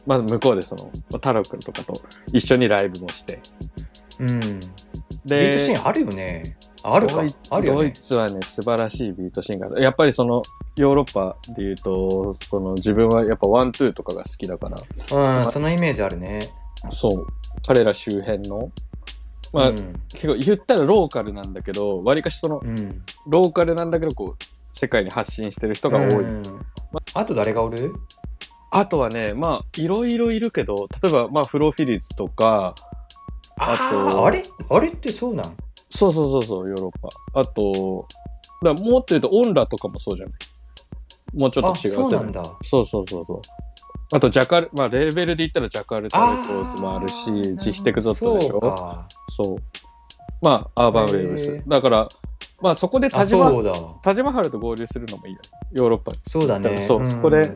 A: まあ向こうでその、太郎くんとかと一緒にライブもして、
B: うん。ビ
A: で、
B: ートシーンあるよね。ああるか
A: ドイ。
B: あるよ
A: ドイ
B: ね。
A: ツはね、素晴らしいビートシーンがある。やっぱりその、ヨーロッパで言うと、その自分はやっぱワン、ツーとかが好きだから、
B: うん、そのイメージあるね。
A: そう、彼ら周辺の、まあ、
B: うん
A: 結構言ったらローカルなんだけど、わりかしその、
B: うん。
A: ローカルなんだけど、こう、世界に発信してる人が多い。
B: うんあと誰がおる
A: あとはね、まあ、いろいろいるけど、例えば、まあ、フローフィリーズとか、あと
B: ーあれあれってそうなん
A: そうそうそうそう、ヨーロッパ。あと、だからもっと言うと、オンラとかもそうじゃないもうちょっ
B: あ、
A: と違う
B: そう
A: 世
B: な
A: 代
B: んだ。
A: そうそうそうそう。あと、ジャカル、まあ、レーベルで言ったらジャカルタレコーズもある
B: あ
A: し、
B: ー
A: ジヒテクゾットでし
B: そう
A: ょ
B: か
A: そうまあ、アーバンウェーブ
B: へ
A: ス
B: ー。
A: だから、まあ、そこで
B: あ
A: 田
B: そ
A: 島、
B: うだ。
A: 田島春と合流するのもいいよ。ヨーロッパに。
B: そうだね。
A: そうそこで。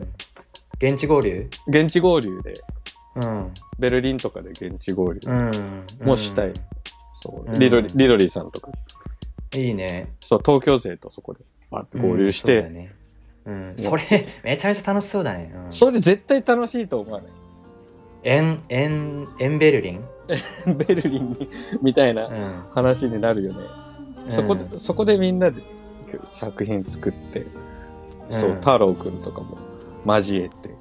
B: 現地合流
A: 現地合流で、
B: うん。
A: ベルリンとかで現地合流。
B: うん。
A: もうしたい
B: うん
A: そうう。
B: ん
A: リドリ、リドリーさんとか。
B: いいね。
A: そう、東京勢とそこで、まあ、合流して、
B: うんそうだねうん、それ、 (laughs) めちゃめちゃ楽しそうだね。うん、
A: それ絶対楽しいと思わない。
B: エン、エン、エンベルリン。
A: (laughs) ベルリンに、みたいな
B: うん。
A: 話になるよね。そこ
B: うん
A: で、そこでみんなで作品作って、そうう、
B: ん
A: 太郎くんとかも交えて。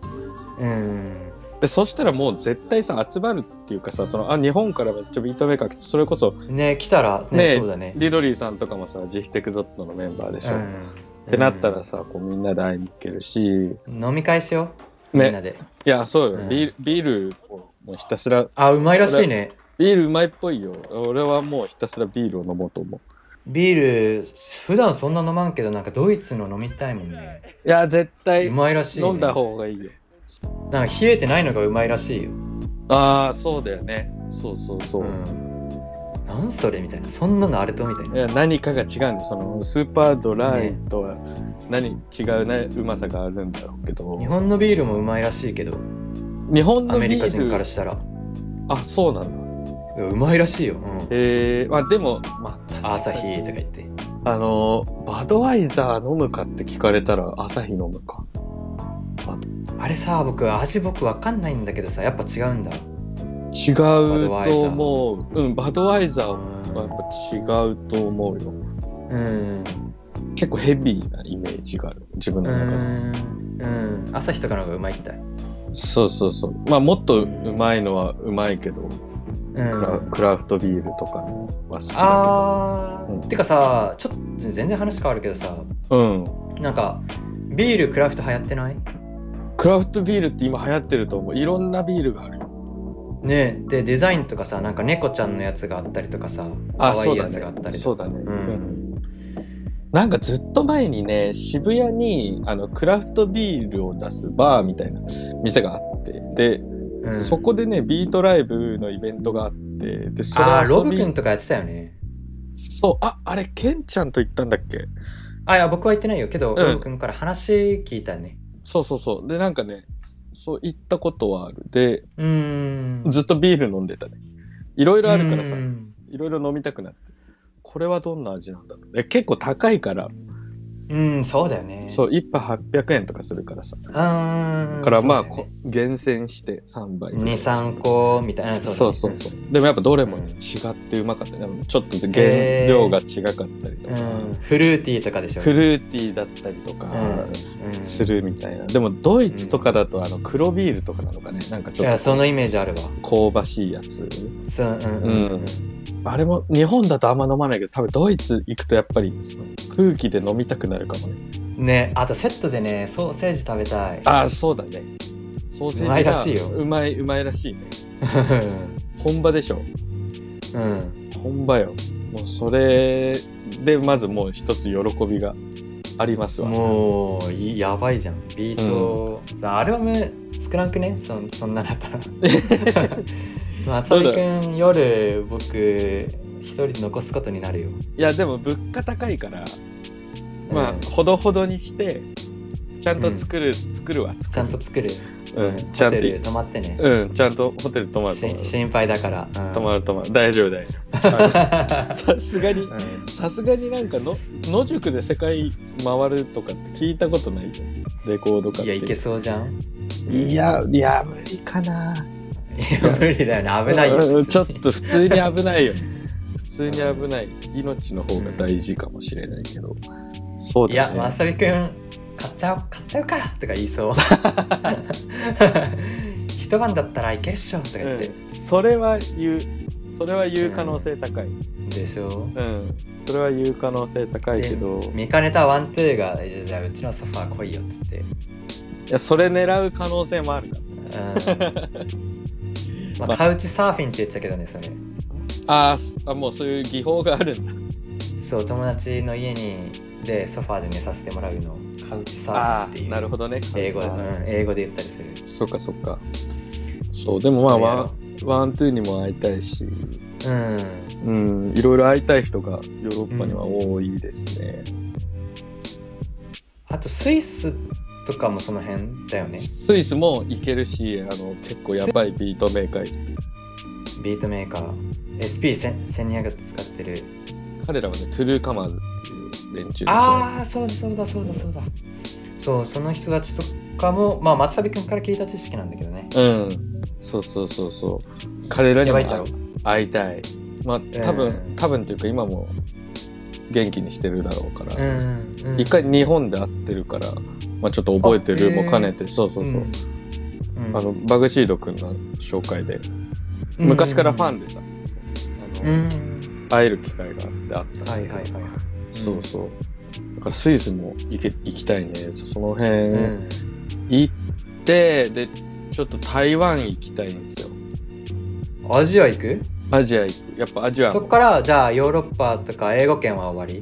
B: うん。
A: で、そしたらもう絶対さ、集まるっていうかさ、その、あ、日本からめっちゃビートメーカー来て、それこそ、
B: ね、来たら、ね、
A: ねえ
B: そうだね。
A: リドリーさんとかもさ、ジヒテクゾットのメンバーでしょ。
B: う
A: っ
B: ん
A: てなったら、さ、こうみんなで会いに行けるし、
B: うん飲み会しよう。みん
A: ね、
B: なで。
A: いや、そうよ、
B: うん
A: ビール、ビールをもうひたすら、
B: あ、うまいらしいね。
A: ビールうまいっぽいよ。俺はもうひたすらビールを飲もうと思う。
B: ビール、普段そんな飲まんけど、なんかドイツの飲みたいもんね。
A: いや、絶対
B: うまいらしい、ね。
A: 飲んだ方がいいよ。
B: なんか冷えてないのがうまいらしいよ。
A: ああ、そうだよね。そうそうそう。
B: うん。なんそれみたいな。そんなのあれとみたい
A: い
B: な。
A: や何かが違うんだそのスーパードライとは何違うねうまさがあるんだろうけど
B: 日本のビールもうまいらしいけど、
A: 日本
B: ア
A: の
B: メ
A: ビ
B: リカ
A: ー
B: 人
A: ル
B: からしたら。
A: あそうなんだ
B: いやうまいらしいよ。うん。
A: えー、まあでもまあ
B: 朝日とか言って。
A: あのバドワイザー飲むかって聞かれたら朝日飲むか
B: あれさ、僕、味僕わかんないんだけどさ、やっぱ違うんだ。
A: 違うと思ううんバドワイザーはやっぱ違うと思うよ
B: うん。
A: 結構ヘビーなイメージがある自分
B: う
A: の中で、
B: ん。うん。朝日とかの方がうまいって。
A: そうそうそうまあもっとうまいのはうまいけど、
B: う
A: クラ
B: ん。
A: クラフトビールとかのは好きだけど
B: あー、
A: うん
B: てかさちょっと全然話変わるけどさ
A: うん
B: なんかビールクラフト流行ってない
A: クラフトビールって今流行ってると思ういろんなビールがあるよ
B: ねえでデザインとかさなんか猫ちゃんのやつがあったりとかさ可愛いやつがあったり
A: そう
B: とか
A: だね、
B: う
A: うん
B: ん
A: なんかずっと前にね渋谷にあのクラフトビールを出すバーみたいな店があってで、
B: うん
A: そこでねビートライブのイベントがあってでそれ
B: あーロ
A: 遊
B: ブ
A: び
B: くんとかやってたよね
A: そうああれケンちゃんと行ったんだっけ
B: あいや僕は言ってないよけど、
A: ん
B: ロブくんから話聞いたね
A: そうそうそうでなんかねそう行ったことはあるで
B: うーん
A: ずっとビール飲んでたねいろいろあるからさ
B: うん
A: いろいろ飲みたくなってこれはどんな味なんだろうえ結構高いから
B: うんそうだよね
A: そうう、1杯800円とかするからさ。だ
B: あ
A: からまあ、こ厳選して3杯。
B: 23個みたいな
A: そうそうそう。でもやっぱどれもね、違ってうまかったね。ちょっと原料が違かったりと
B: う
A: か、
B: ん、フルーティーとかでしょ
A: フルーティーだったりとか
B: うん
A: するみたいな。でもドイツとかだとあの黒ビールとかなのかね、なんかち
B: い
A: ょ
B: や
A: っと
B: そのイメージあるわ
A: 香ばしいやつ。
B: そううん
A: うんあれも日本だとあんま飲まないけど、多分ドイツ行くとやっぱりその空気で飲みたくなるかもね。
B: うんねあとセットでねソーセージ食べたい
A: ああ、そうだね。ソーセージが
B: うまいらしいよ
A: うまい、うまいらしいね。
B: うん
A: 本場でしょ。
B: (laughs) うん
A: ほんまよ。もうそれでまずもう一つ喜びがありますわ。
B: もういやばいじゃんビート、さアルバム作らんくねそんそんなだ
A: (laughs)
B: ったらまあ
A: そうだ
B: 浅井君夜僕一人残すことになるよ
A: いやでも物価高いから、まあ
B: うん
A: ほどほどにしてちゃんと作る、作るは
B: ちゃん
A: 作る
B: と。作る、
A: うんちゃんと
B: ホテル泊まってね、
A: うんちゃんとホテル泊まる泊
B: し
A: まる
B: 心配だから、うん、
A: 泊まる泊まる大丈夫大丈夫。さすがに
B: うん
A: さすがになんかの野宿で世界回るとかって聞いたことないじゃんレコードかっ
B: (laughs) い
A: て
B: やいけそうじゃん
A: いやいや無理かない
B: や無理だよね危ないよ
A: うんちょっ
B: 普通に
A: と普通に危ないよね普通に危ない命の方が大事かもしれないけど、そう
B: いや
A: だね、
B: まさりくん買っちゃおう買っちゃうかとか言いそう
A: (laughs)
B: 一晩だったらいけっしょとか言って、
A: うんそれは言うそれは言う可能性高い、うん
B: でしょ
A: それは言う可能性高いけど
B: 見かねたワントゥーがえじゃあうちのソファー来いよっつって、
A: いやそれ狙う可能性もあるから (laughs)
B: うん、
A: ま
B: まあ
A: あ
B: カウチサーフィンって言っちゃうけどねそれ
A: あーすあもうそういう技法があるんだ
B: そう友達の家にでソファーで寝させてもらうのをカウチサー
A: あ
B: フィンって
A: ー
B: いう
A: なるほどね
B: 英語で、
A: あ
B: う
A: ー
B: ん、英語で言ったりする
A: そっかそっかそうでもまあ
B: そうや
A: ワ
B: ろ
A: ンワントゥーにも会いたいし
B: うん
A: うんいろいろ会いたい人がヨーロッパには多いですね、
B: あとスイスとかもその辺だよね
A: スイスも行けるしあの結構やばいビートメーカー
B: ビートメーカー SP1200 使ってる
A: 彼らはねトゥルーカマーズっていう連中ですね
B: ああそうだそうだそうだそうだそうその人たちとかもまあ松旅君から聞いた知識なんだけどね
A: うんそうそうそうそう彼らにも
B: やばいだろ
A: 会いたいまあ多分、
B: うん
A: 多分というか今も元気にしてるだろうから、
B: うん、うん、
A: 一回日本で会ってるから、まあ、ちょっと覚えてるも兼ねて、そうそうそう、あのバグシード君の紹介で昔からファンでさ、あ
B: う
A: の
B: ん、
A: 会える機会があってあった
B: は
A: ん
B: い
A: だ
B: はい
A: けど
B: はい
A: そうそうだからスイスも行け行きたいねその辺、
B: うん、
A: 行ってでちょっと台湾行きたいんですよ
B: アジア行く
A: アジア行くやっぱアジア
B: そ
A: も
B: っからじゃあヨーロッパとか英語圏は終わ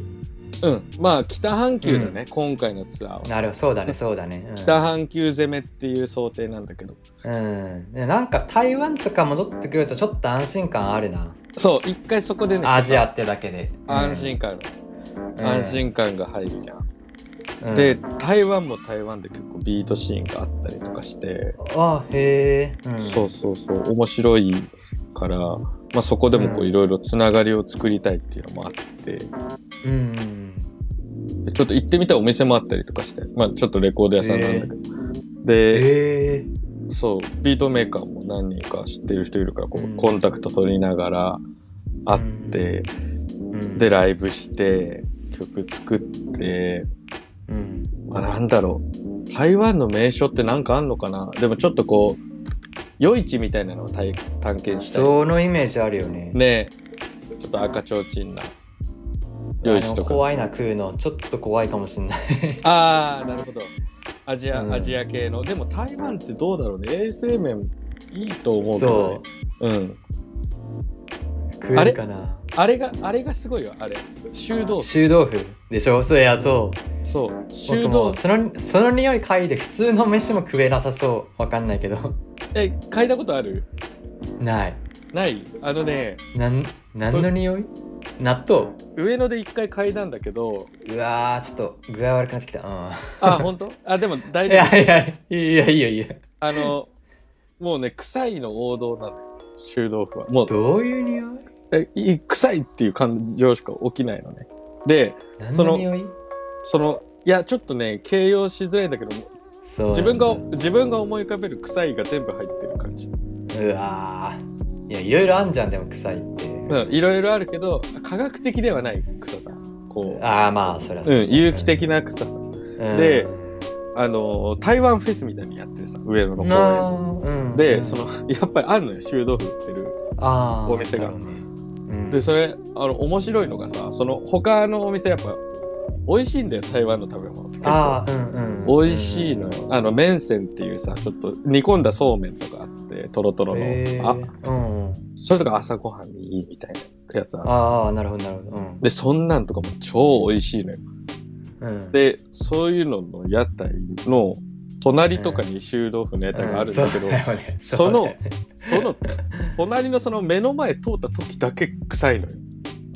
A: うんまあ北半球だね、今回のツアー
B: り
A: は
B: なるそうだねそうだね、
A: 北半球攻めっていう想定なんだけど
B: うん、うん、でなんか台湾とか戻ってくるとちょっと安心感あるな
A: そう一回そこでね
B: アジアってだけで
A: 安心感、
B: うん
A: 安心感が入るじゃん、
B: うん
A: で台湾も台湾で結構ビートシーンがあったりとかして、
B: あへえ、うん
A: そうそうそう面白いから、まあ、そこでもこ
B: う
A: うんいろいろつながりを作りたいっていうのもあって、
B: うんうん
A: でちょっと行ってみたお店もあったりとかして、まあ、ちょっとレコード屋さんなんだけど、で、
B: へえ
A: そうビートメーカーも何人か知ってる人いるからこう、
B: うん
A: コンタクト取りながら会って、
B: うん
A: でライブして曲作って、
B: うん
A: まあ、なんだろう台湾の名所ってなんかあんのかなでもちょっとこう夜市みたいなのを体探検したい
B: そのイメージあるよね
A: ねえちょっと赤ちょうちんな夜市
B: あ
A: と
B: の
A: か
B: 怖いな食うのちょっと怖いかもしんない
A: ああなるほどアジア、
B: うん
A: アジア系のでも台湾ってどうだろうね衛生面いいと思うけど、ね
B: そ、
A: うん
B: う食えるかな
A: あれがあれがすごいよあれ修道士
B: 臭豆腐でしょそういやそう
A: そう修
B: 僕も
A: 道
B: う
A: 士
B: そのその匂い嗅いで普通の飯も食えなさそうわかんないけど (laughs)
A: え嗅いだことある
B: ない
A: ないあのね
B: なん何の匂い納豆
A: 上野で一回嗅いだんだけど
B: うわーちょっと具合悪くなってきたうん (laughs)
A: あ本当あでも大
B: い
A: 丈夫
B: やいやいやいやいやいや
A: あの、もうね、臭いの王道なのよ。臭豆腐は。もう、
B: どういう匂い
A: えい臭いっていう感情しか起きないのね。で、
B: 何
A: その
B: の匂い
A: その、いや、ちょっとね、形容しづらいんだけど、
B: そう
A: 自分
B: な
A: が
B: んだ、
A: 自分が思い浮かべる臭いが全部入ってる感じ。
B: うわーいやいろいろあんじゃんでも臭いって、
A: うん、いろいろあるけど、科学的ではない臭さ。こう、、
B: ああまあそりゃそううん
A: 有機的な臭さ。
B: うん
A: であの、台湾フェスみたいにやってるさ、上野の
B: なあ
A: 公
B: うん
A: 園で。
B: うん
A: で、その、 (laughs) やっぱりあるのよ、臭豆腐売ってる。
B: あー
A: お店が
B: なるほどねうん
A: でそれあの面白いのがさその他のお店やっぱ美味しいんだよ台湾の食べ物って結構
B: あーうんうん
A: 美味しいのよあの麺線っていうさちょっと煮込んだそうめんとかあっって、トロトロの、
B: え
A: あ、
B: ー、うんうん。
A: それとか朝ごはんにいいみたいなやつある。
B: ああ、なるほど、なるほど。うん。
A: で、そんなんとかも超美味しいのよ。
B: うん、
A: で、そういうのの屋台の隣とかに臭豆腐の屋台があるんだけど、
B: うそうよね
A: その
B: そうだよね
A: その隣のその目の前通った時だけ臭いのよ。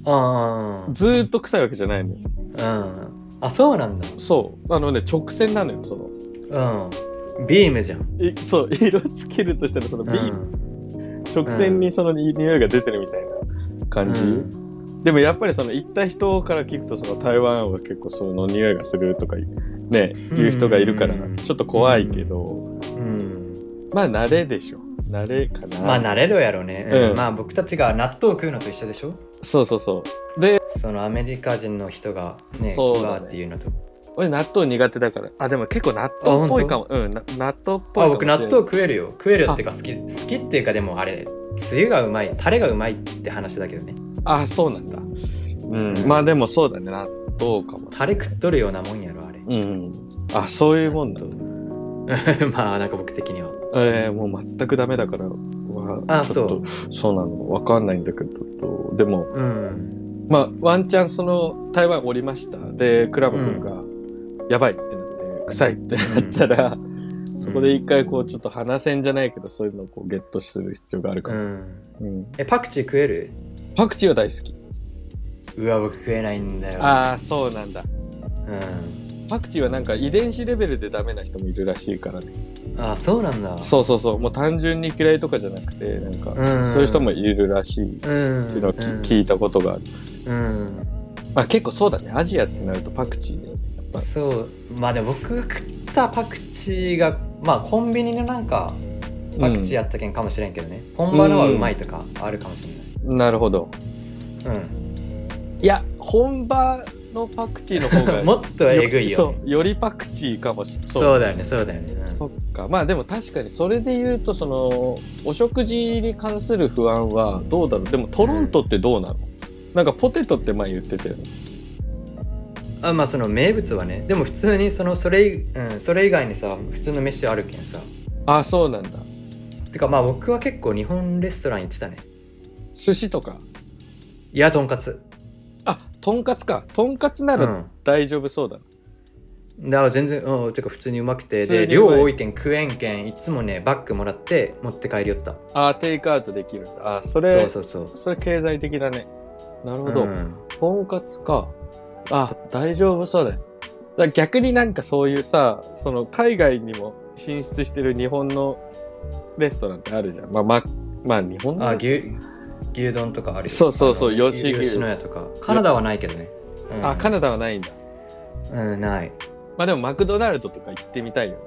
B: あ
A: ずーっと臭いわけじゃないのよ。
B: あ、うん。あ、そうなんだ。
A: そう。あのね、直線なのよ、その。
B: うん。ビームじゃん。
A: いそう、色つけるとしたらその
B: う
A: ビ
B: ん
A: ーム直線にそのに匂いが出てるみたいな感じ、でもやっぱりその行った人から聞くとその台湾は結構その匂いがするとかね言う人がいるから
B: うん
A: ちょっと怖いけど、
B: うん。うん
A: まあ慣れでしょ慣れかな、
B: まあ慣れろやろね、うん
A: うん
B: まあ僕たちが納豆を食うのと一緒でしょ
A: そうそうそう
B: そのアメリカ人の人がね
A: そうだね
B: うわーっていうのと
A: 俺納豆苦手だからあでも結構納豆っぽいかもうんな納豆っぽいかも
B: あ
A: し
B: 僕
A: れな
B: 納
A: い
B: 豆食えるよ食えるよっていうか好き好きっていうかでもあれつゆがうまいタレがうまいって話だけどね
A: あそうなんだ、うん、まあでもそうだね納豆かも
B: タレ食っとるようなもんやろあれ
A: うんあそういうもんだ
B: まあなんか僕的には
A: えー、もう全くダメだからは
B: あ
A: ちょっとそうなのわかんないんだけどでも
B: うん
A: まあワンチャンその台湾おりましたでクラブ君が、やばいってなって臭いってなったら、そこで一回こうちょっと話せんじゃないけどそういうのをこうゲットする必要があるか
B: う
A: ら、
B: ん
A: うん
B: えパクチー食える
A: パクチーは大好き
B: うわ僕食えないんだよ
A: ああそうなんだ
B: うん
A: パクチーはなんか遺伝子レベルでダメな人もいるらしいからね
B: あそうなんだ
A: そうそうそうもう単純に嫌いとかじゃなくてなんか
B: うん
A: そういう人もいるらしいっ
B: うん
A: ていうのをき
B: うん
A: 聞いたことがある、
B: うん
A: まあ、結構そうだねアジアってなるとパクチーで、やっぱり
B: そうまあでも僕食ったパクチーがまあコンビニのなんかパクチーやったけんかもしれんけどね、本場のはうまいとかあるかもし
A: なるほど
B: れない、うん
A: いや本場のパクチーの方 (laughs) が
B: もっとえぐいよね
A: そうよりパクチーかもしれない
B: そうだよねそうだよね、うん
A: そっかまあでも確かにそれで言うとそのお食事に関する不安はどうだろうでもトロントってどうなの、なんかポテトって前言ってたよね
B: あまあその名物はねでも普通にそのそれ,、うん、それ以外にさ普通の飯あるけんさ
A: あそうなんだ
B: てかまあ僕は結構日本レストラン行ってたね
A: 寿司とか
B: いやとんかつ
A: あとんかつかとんかつな
B: う
A: ら
B: ん
A: 大丈夫そうだ、
B: だから全然うんてか普通にうまくて
A: 普通
B: で
A: にう
B: 量
A: まい
B: 多いけん食えんけんいつもねバッグもらって持って帰りよった
A: ああテイクアウトできるんだあそれ
B: そう
A: そ
B: そうそう
A: れ経済的だねなるほど、
B: うん
A: とんかつか。あ、大丈夫そうだね。だから逆になんかそういうさ、その海外にも進出してる日本のレストランってあるじゃん。まあ、まあ、まあ日本の
B: あ
A: レストラン
B: 牛牛丼とかあるよ
A: そうそうそう
B: あの
A: 吉牛
B: 吉野家とかカナダはないけどね、うん、
A: あ、カナダはないんだ。
B: うんない、
A: まあでもマクドナルドとか行ってみたいよ。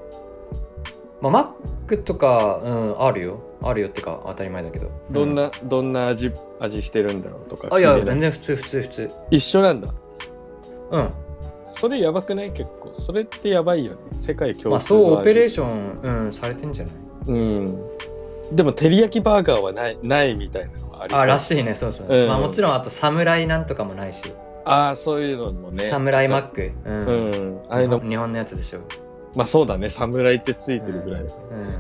B: まあ、マックとか、うん、あるよあるよってか当たり前だけど
A: どん
B: う
A: な、どんな味、味してるんだろうとか。
B: あいや
A: 気になる
B: 全然普通普通普通
A: 一緒なんだ。
B: うん
A: それやばくない結構。それってやばいよね。世界共通の味。
B: まあそうオペレーション、うん、されてんじゃない
A: うん。でも、照り焼きバーガーはない、ないみたいなのはありそう。
B: あらしいねそうそう、
A: うん
B: まあもちろんあと侍なんとかもないし、
A: あーそういうのもね。
B: 侍マックうん、
A: うん。ああいうの
B: 日本のやつでしょ
A: まあそうだね、侍ってついてるぐらい。
B: うんうん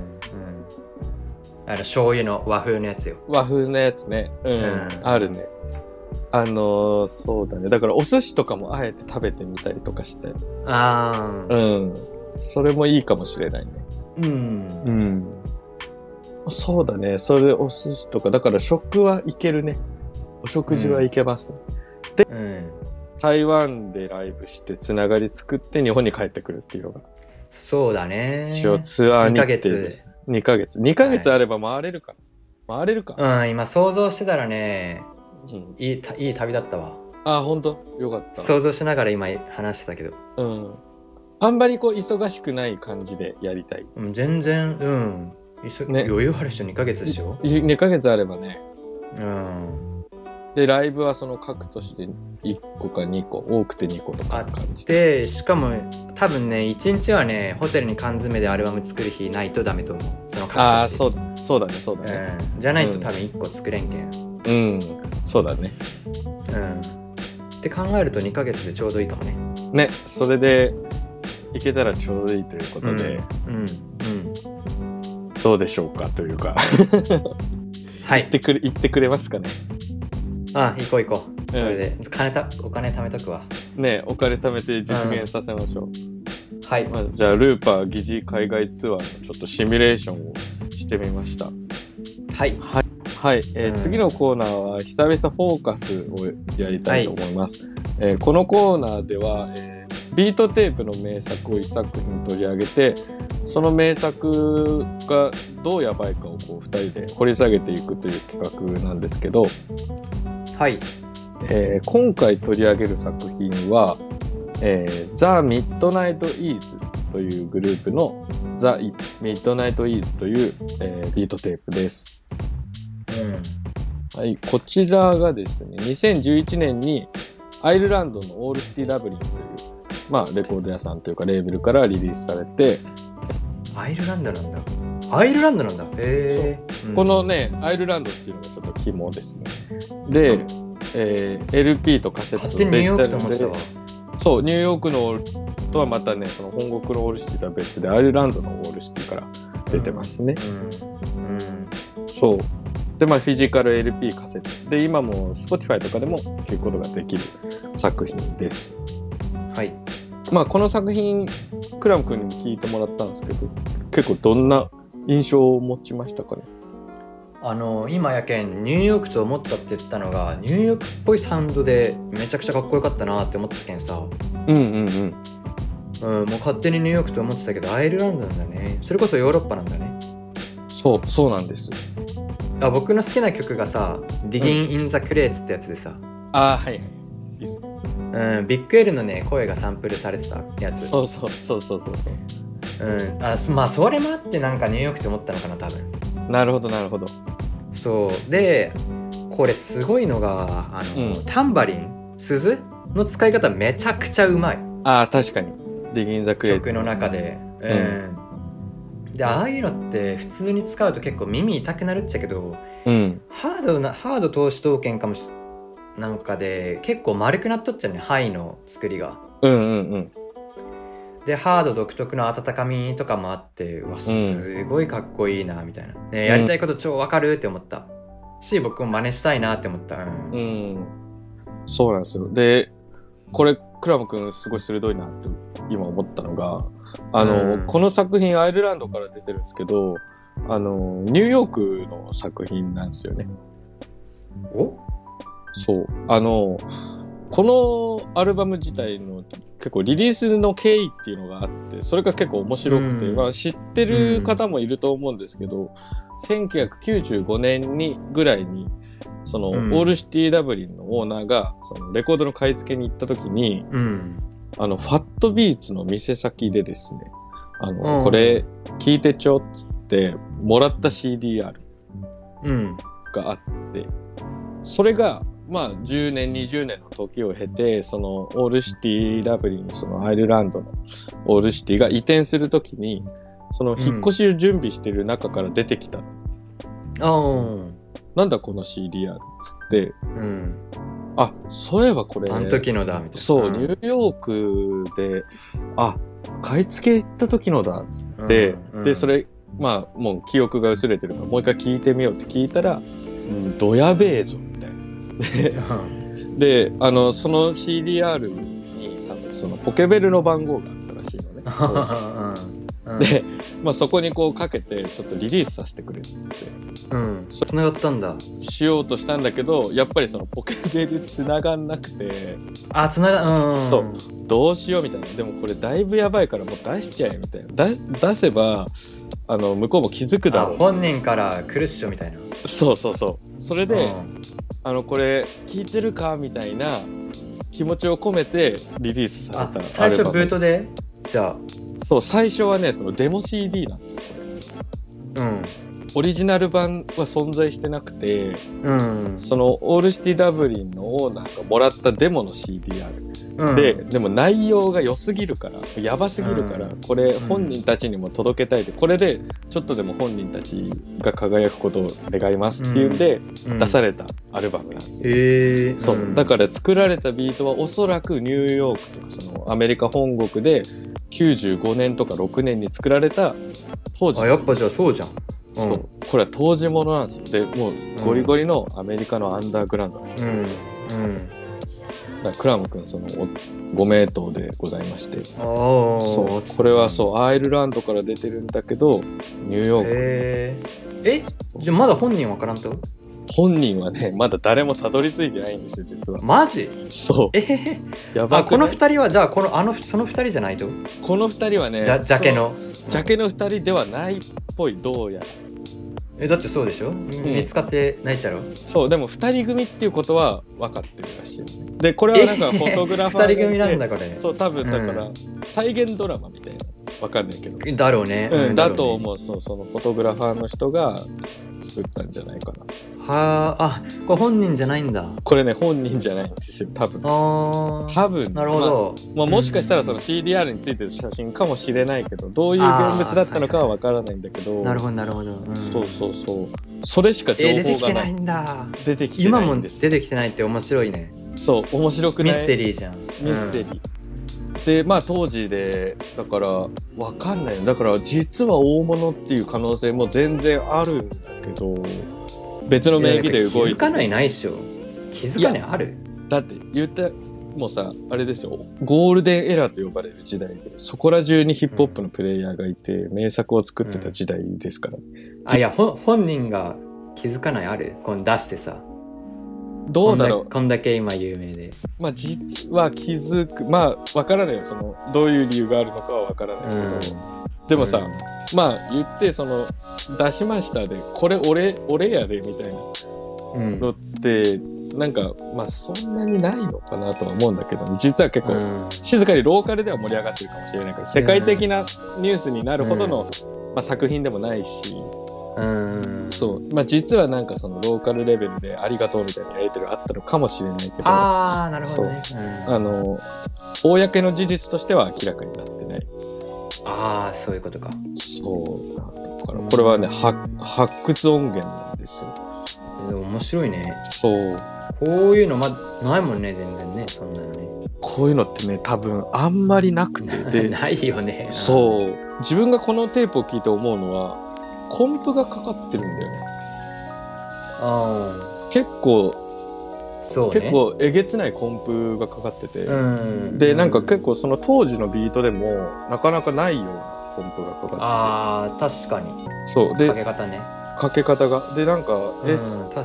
B: あの醤油の和風のやつよ
A: 和風のやつね。うん。
B: うん
A: あるね。あのーそうだね。だからお寿司とかもあえて食べてみたりとかして。
B: ああ
A: うん。それもいいかもしれないね。
B: うん
A: うん。そうだね。それお寿司とか。だから食はいけるね。お食事はいけます、
B: うん
A: 台湾でライブして、つながり作って日本に帰ってくるっていうのが、
B: そうだね。
A: 一応ツアー日程です。2ヶ月。2ヶ月あれば回れるか。回れるか。
B: うん、今想像してたらね、
A: うん。
B: いいたいい旅だったわ。
A: あ、本当よかった。
B: 想像しながら今話してたけど、
A: うん。あんまりこう忙しくない感じでやりたい。
B: うん、全然、うん、いそ
A: ね
B: 余裕ある人2ヶ月でしょ。
A: 2ヶ月あればね。
B: うん。
A: で、ライブはその各都市で1個か2個、多くて2個とかの感じ。
B: で、しかも多分ね、1日はね、ホテルに缶詰でアルバム作る日ないとダメと思う。その。
A: ああ、そうう、そうだね、そうだ
B: う
A: ね。
B: ん、じゃないと多分1個作れんけん。
A: うん、そうだね。
B: うん。って考えると2ヶ月でちょうどいいかもね。
A: ね、それで、いけたらちょうどいいということで、
B: うん。うん。うん
A: どうでしょうかというか (laughs)
B: は
A: 言
B: い
A: ってくれ言ってくれますかね
B: あ行こう行こうそれで金たお金貯めとくわ
A: ねお金貯めて実現させましょう、
B: はい
A: まあ、じゃあルーパー疑似海外ツアーのちょっとシミュレーションをしてみました
B: はい
A: はい、えー
B: うん
A: 次のコーナーは久々フォーカスをやりたいと思います、えーこのコーナーでは、えービートテープの名作を一作品取り上げてその名作がどうやばいかをこう2人で掘り下げていくという企画なんですけど、
B: はい
A: えー今回取り上げる作品は、えー、ザ・ミッドナイト・イーズというグループのザ・ミッドナイト・イーズという、えービートテープです。
B: うん
A: はい、こちらがですね、2011年にアイルランドのオールシティダブリンという、まあ、レコード屋さんというかレーベルからリリースされて、
B: アイルランドなんだアイルランドなんだへえ
A: このね、アイルランドっていうのがちょっと肝ですね。で、えー LP とカセッ
B: 勝
A: ト
B: 手
A: の
B: にニュ
A: デ
B: ーヨ
A: ジ
B: ー
A: タ
B: クと思っ
A: ル
B: てた
A: で
B: わ、
A: そう、ニューヨークのオールとはまたね、その本国のオールシティとは別で、アイルランドのオールシティから出てますね。
B: うんうん
A: そう。で、まあ、フィジカル LP カセット。で、今も Spotify とかでも聴くことができる作品です。
B: はい
A: まあこの作品クラム君にも聞いてもらったんですけど結構どんな印象を持ちましたかね
B: あの今やけんニューヨークと思ったって言ったのがニューヨークっぽいサウンドでめちゃくちゃかっこよかったなって思ったけんさ、
A: うんうんうん
B: うん、もう勝手にニューヨークと思ってたけどアイルランドなんだねそれこそヨーロッパなんだね
A: そうそうなんです
B: あ僕の好きな曲がさ「Digging in the Crates」ってやつでさ、
A: ああはいはい
B: うん、ビッグエルのね声がサンプルされてたやつ
A: そうそうそうそうそうそう
B: うん、あすまあそれもあってなんかニューヨークって思ったのかな多分
A: なるほどなるほど
B: そうでこれすごいのがあの、
A: うん
B: タンバリン鈴の使い方めちゃくちゃうまい
A: ああ確かにディギン・ザ・クレイ
B: 曲の中で、うんでああいうのって普通に使うと結構耳痛くなるっちゃけど
A: うん
B: ハードなハード投資刀剣かもしなんかで結構丸くなっとっちゃうね範囲の作りが
A: うんうんうん
B: でハード独特の温かみとかもあってうわすごいかっこいいなみたいな、ねやりたいこと超わかるって思ったし僕も真似したいなって思った、うん
A: うんそうなんですよでこれクラム君すごい鋭いなって今思ったのがあの、
B: うん
A: この作品アイルランドから出てるんですけどあのニューヨークの作品なんですよね
B: お
A: そう。あの、このアルバム自体の結構リリースの経緯っていうのがあって、それが結構面白くて、
B: うん
A: まあ知ってる方もいると思うんですけど、1995年にぐらいに、その、
B: うん
A: オールシティダブリンのオーナーが、そのレコードの買い付けに行った時に、
B: うん
A: あの、ファットビーツの店先でですね、あの、
B: うん
A: これ聞いてちょっつって、もらった CDR。
B: うん
A: があってそれがまあ10年20年の時を経てそのオールシティラブリーにそのアイルランドのオールシティが移転する時にその引っ越しを準備してる中から出てきた、
B: あー
A: なんだこの CDR っつって
B: うん
A: あそういえばこれ
B: あの時のだみたいな
A: そう、ニ
B: ん
A: ューヨークであ買い付け行った時のだで、
B: うん
A: でそれまあもう記憶が薄れてるからもう一回聞いてみようって聞いたら「うん、どやべえぞ」みたいな。
B: うん
A: であのその CDR に多分そのポケベルの番号があったらしいのね当
B: (laughs)
A: 時
B: うん
A: で、まあ、そこにこうかけてちょっとリリースさせてくれって言って
B: うんつながったんだ
A: しようとしたんだけどやっぱりそのポケベル繋がんなくて
B: あつながうん
A: そうどうしようみたいなでもこれだいぶやばいからもう出しちゃえみたいな出出せばあの向こうも気づくだ
B: あ
A: ろう
B: 本人から来るっしょみたいな
A: そうそうそうそれで、
B: うん
A: あのこれ聞いてるかみたいな気持ちを込めてリリースさ
B: あ
A: れた
B: 最
A: ア
B: 初
A: ルバム
B: ブートでじゃ
A: そう最初はねそのデモ CD なんですよこれ
B: あうん
A: オリジナル版は存在してなくて
B: うん
A: そのオールシティダブリンのオーナーがもらったデモの CDR
B: うん
A: で、でも内容が良すぎるからやばすぎるから、
B: うん
A: これ本人たちにも届けたいでこれでちょっとでも本人たちが輝くことを願いますっていうんで、
B: うん
A: 出されたアルバムなんですよ。
B: えー、
A: そう、
B: ん
A: だから作られたビートはおそらくニューヨークとかそのアメリカ本国で95年とか6年に作られた当時
B: あやっぱじゃあそうじゃん
A: そうこれは当時ものなんですよでもうゴリゴリのアメリカのアンダーグラウンドなんです
B: う
A: よ、
B: ん
A: だからクラム君そのおご名答でございまして
B: うんおお
A: そうこれはそうアイルランドから出てるんだけどニューヨーク
B: へええじゃあまだ本人わからんと
A: 本人はねまだ誰もたどり着いてないんですよ実は
B: マジ
A: そ
B: えへへ
A: うやば
B: あ
A: く
B: こ
A: ない
B: の二人はじゃあこのあのその二人じゃないと
A: この二人はね
B: じゃジャケの
A: そうジャケの二人ではないっぽいどうやら
B: えだってそうでしょ見つかってないっちゃろ
A: そうでも二人組っていうことは分かってるらしいねでこれはなんかフォトグラファーが
B: 二
A: い
B: 人
A: て
B: 組なんだこれ
A: そう多分だから、
B: う
A: 再現ドラマみたいなわかんないけど、
B: だろうね
A: うん、だと
B: うね
A: 思うそうそのフォトグラファーの人が作ったんじゃないかな
B: はああこれ本人じゃないんだ
A: これね本人じゃないんですよ多分
B: あー
A: 多分
B: なるほど、
A: まあまあもしかしたらその CDR についてる写真かもしれないけどどういう現物だったのかはわからないんだけど
B: なるほどなるほど、うん
A: そうそうそうそれしか情
B: えー出てき
A: 報
B: て
A: が
B: な
A: ないい
B: んだ
A: 出てきて
B: 今
A: ない
B: も
A: んです
B: 出てきてないって面白いね
A: そう面白くない
B: ミステリーじゃんミ
A: ミステリー。でまあ当時でだからわかんないよだから実は大物っていう可能性も全然あるんだけど別の名義で動
B: 気
A: い
B: づ
A: て
B: かないないっしょ気づかないある
A: だって言ってもうさあれですよゴールデンエラーと呼ばれる時代でそこら中にヒップホップのプレイヤーがいて、名作を作ってた時代ですから、
B: あいやほ本人が気づかないあるこの出してさ
A: どうだろ
B: こんだこんだけ今有名で
A: うまあ実は気づくまあわからないよそのどういう理由があるのかはわから
B: う
A: ない
B: ん
A: けど、でもさ、
B: うん
A: まあ言ってその出しましたでこれ俺俺やでみたいな
B: うん
A: のってなんかまあそんなにないのかなとは思うんだけど実は結
B: う
A: 構
B: ん
A: 静かにローカルでは盛り上がってるかもしれないけど世界的なニュースになるほどの、まあ、作品でもないし
B: うん
A: そうまあ実はなんかそのローカルレベルでありがとうみたいなやり取りあったのかもしれないけど
B: ああなるほどねうん
A: あの公の事実としては明らかになってない。
B: ああそういうことか
A: そうなんだからこれはね、は発掘音源なんですよ。
B: でも面白いね
A: そう。
B: こういうのまないもんね全然ねそんなのね
A: こういうのってね、多分あんまりなくて。
B: (laughs)
A: で
B: ないよね
A: そう。自分がこのテープを聞いて思うのは、コンプがかかってるんだよね。
B: あ
A: 結構、
B: あそうね
A: 結構えげつないコンプがかかってて。
B: うん
A: で、なんか結構その当時のビートでも、なかなかないようなコンプがかかっ
B: ああ確かに
A: てて。そう。
B: か
A: で、
B: け方ね
A: かけ方が。で、なんか
B: うん確か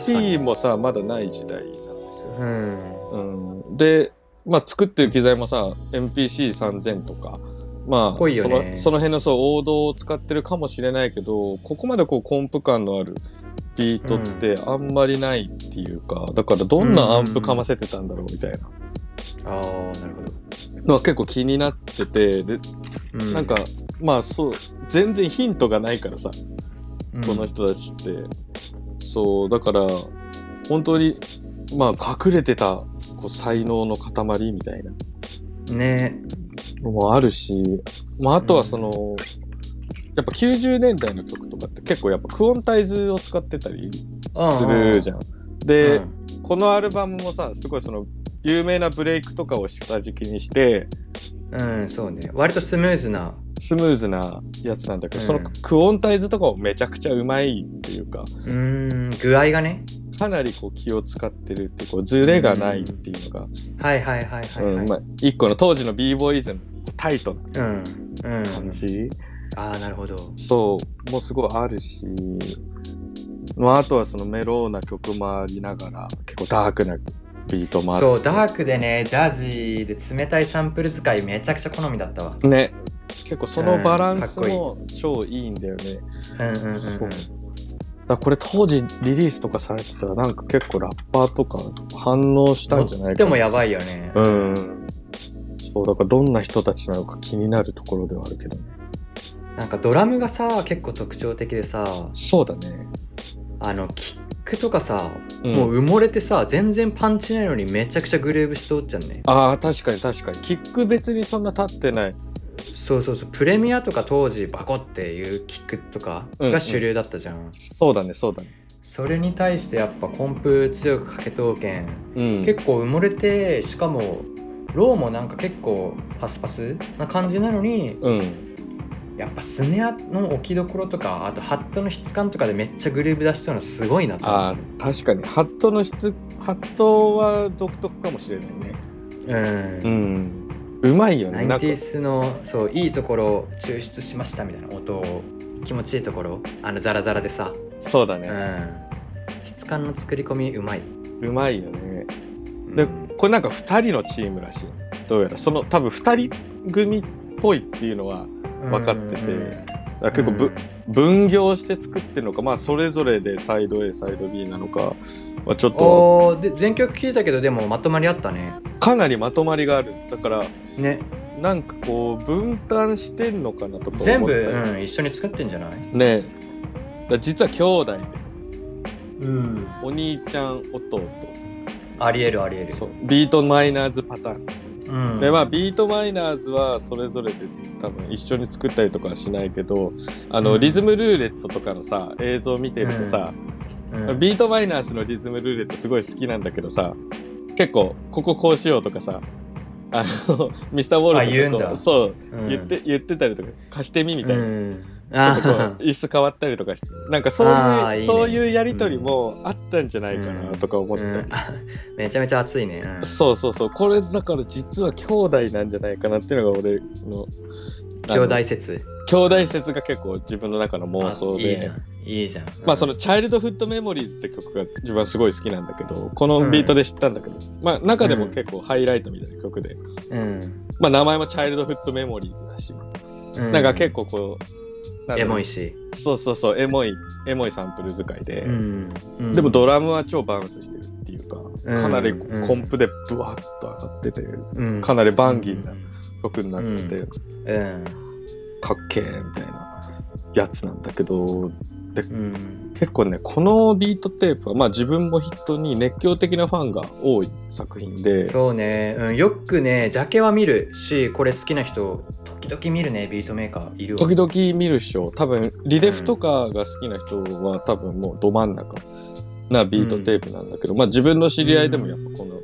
A: SP
B: に
A: もさ、まだない時代なんですよ。
B: うん
A: うん、で、まあ、作ってる機材もさ MPC3000 とか、まあ、
B: ぽいよ
A: そ
B: ね
A: のその辺のそう王道を使ってるかもしれないけどここまでこうコンプ感のあるビートってあんまりないっていうか、だからどんなアンプかませてたんだろうみたいな
B: ああなるほど、
A: のは結構気になっててで
B: う
A: なんか、まあそう全然ヒントがないからさ
B: うん
A: この人たちって、そうだから本当にまあ隠れてたこう才能の塊みたいな。
B: ね
A: のもあるし、まあ、あとはその、やっぱ90年代の曲とかって結構やっぱクオンタイズを使ってたりするじゃん。で、
B: うん
A: このアルバムもさすごいその有名なブレイクとかを下敷きにして
B: うん、そうね割とスムーズな
A: スムーズなやつなんだけど、
B: うん
A: そのクオンタイズとかもめちゃくちゃうまいっていうか
B: うーん具合がね
A: かなりこう気を使ってるっていうこうズレがないっていうのが、
B: はいはいはいはい、はい
A: うんまあ、一個の当時の b ボーイズのタイトな
B: うんうん、
A: 感じ。
B: ああなるほど
A: そうもうすごいあるし、まあ、あとはそのメローな曲もありながら結構ダークなビートもあ
B: そ
A: る
B: うダークでねジャージーで冷たいサンプル使いめちゃくちゃ好みだったわ
A: ね結構そのバランス
B: うんかっ
A: も超いいんだよね、
B: うんうんうんうん
A: そうだからこれ当時リリースとかされてたらなんか結構ラッパーとか反応したんじゃない
B: で
A: か
B: も
A: な
B: やばいよね、
A: うんそうだからどんな人たちなのか気になるところではあるけどね
B: なんかドラムがさ結構特徴的でさ
A: そうだね、
B: あのキックとかさ、
A: うん
B: もう埋もれてさ全然パンチないのにめちゃくちゃグルーブしておっちゃうね
A: ああ確かに確かにキック別にそんな立ってない
B: そうそうそうプレミアとか当時バコっていうキックとかが主流だったじゃん、
A: そうだねそうだね
B: それに対してやっぱコンプ強くかけとうけん
A: うん
B: 結構埋もれてしかもローもなんか結構パスパスな感じなのに
A: うん
B: いやっぱスネアの置きどころとかあとハットの質感とかでめっちゃグルーブ出してるのすごいなと思
A: あー確かにハットの質ハットは独特かもしれないね
B: ううん
A: んうまいよ
B: ナ
A: ね
B: イン
A: なんか
B: ティースのそういいところを抽出しましたみたいな音を気持ちいいところあのザラザラでさ、
A: そうだ
B: う
A: ね、
B: ん、質感の作り込みうまい、
A: うまいよね
B: うん
A: でこれなんか2人のチームらしいどうやらその多分2人組っぽいっていうのは分かってて
B: うん
A: だから結構ぶ、
B: うん
A: 分業して作ってるのかまあそれぞれでサイド A サイド B なのかはちょっと
B: おーで全曲聴いたけどでもまとまりあったね
A: かなりまとまりがあるだから
B: ね
A: なんかこう分担してんのかなとか思った
B: 全部、
A: り
B: うん、一緒に作ってんじゃない
A: ねえだから実は兄弟で
B: うん
A: お兄ちゃん弟
B: ありえるありえる
A: そうビートマイナーズパターンですよ
B: うん、
A: でまあビートマイナーズはそれぞれで多分一緒に作ったりとかはしないけどあの、
B: うん
A: リズムルーレットとかのさ映像見てるとさ、
B: うん
A: ビートマイナーズのリズムルーレットすごい好きなんだけどさ結構こここうしようとかさあの (laughs) ミスターウォールとか
B: あ言うんだ
A: こうそう
B: うん
A: 言って、言ってたりとか貸してみみたいな、
B: うん
A: ちょっとこ
B: あ
A: う椅子変わったりとかしてなんかそういう
B: あーいいね
A: そういうやり取りもあったんじゃないかなとか思ったり、
B: うんあめちゃめちゃ熱いね、うん
A: そうそうそうこれだから実は兄弟なんじゃないかなっていうのが俺のあ
B: 兄
A: の
B: 弟説
A: 兄弟説が結構自分の中の妄想
B: あいいじ
A: で
B: ゃんいいじゃん
A: まあその「チャイルドフッドメモリーズ」って曲が自分はすごい好きなんだけどこのビートで知ったんだけど、まあ中でも結構ハイライトみたいな曲で、
B: うん、
A: まあ名前も「チャイルドフッドメモリーズ」だし、
B: う
A: なんか結構こうなんだろう
B: エモいし、
A: そうそうそうエモいエモいサンプル使いで、
B: んうん
A: でもドラムは超バウンスしてるっていうか、
B: うん
A: かなりこ
B: うん
A: コンプでブワッと上がってて、
B: うん
A: かなりバンギー
B: う
A: なん曲になってて、
B: ううん
A: かっけーみたいなやつなんだけど
B: うん
A: 結構ねこのビートテープはまあ自分もヒットに熱狂的なファンが多い作品で
B: そうね、うん、よくねジャケは見るしこれ好きな人時々見るねビートメーカーいるわ
A: 時々見る人多分リデフとかが好きな人は多分もうど真ん中なビートテープなんだけど、まあ自分の知り合いでもやっぱこの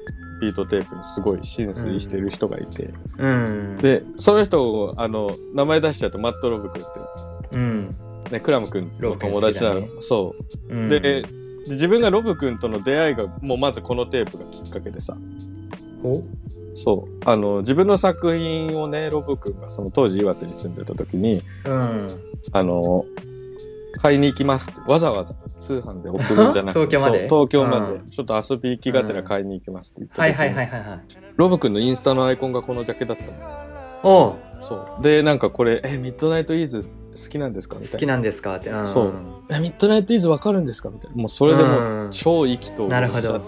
A: ビートテープにすごい浸水してる人がいて、
B: うん
A: でその人をあの名前出しちゃうとマット・ロブ君って、
B: うん
A: ね、クラム君の友達なの、
B: ロブ君好きだ
A: そうう、
B: ん
A: で自分がロブ君との出会いがもうまずこのテープがきっかけでさ
B: お
A: そうあの自分の作品をねロブ君がその当時岩手に住んでた時に
B: うん
A: あの買いに行きますってわざわざ通販で送るんじゃなくて
B: (laughs) 東京まで
A: そう東京まで、
B: う
A: ちょっと遊び行きがてら買いに行きますって言った時
B: はい
A: に、
B: はいはいはいはい
A: ロブ君のインスタのアイコンがこのジャケだったの
B: おう
A: そうでなんかこれ「えミッドナイトイーズ好きなんですか?」みたいな
B: 好きなんですかって、うん、
A: そうえミッドナイトイーズわかるんですかみたいなもうそれでもうん超意気投合
B: なるほ
A: し
B: ど
A: ちゃって、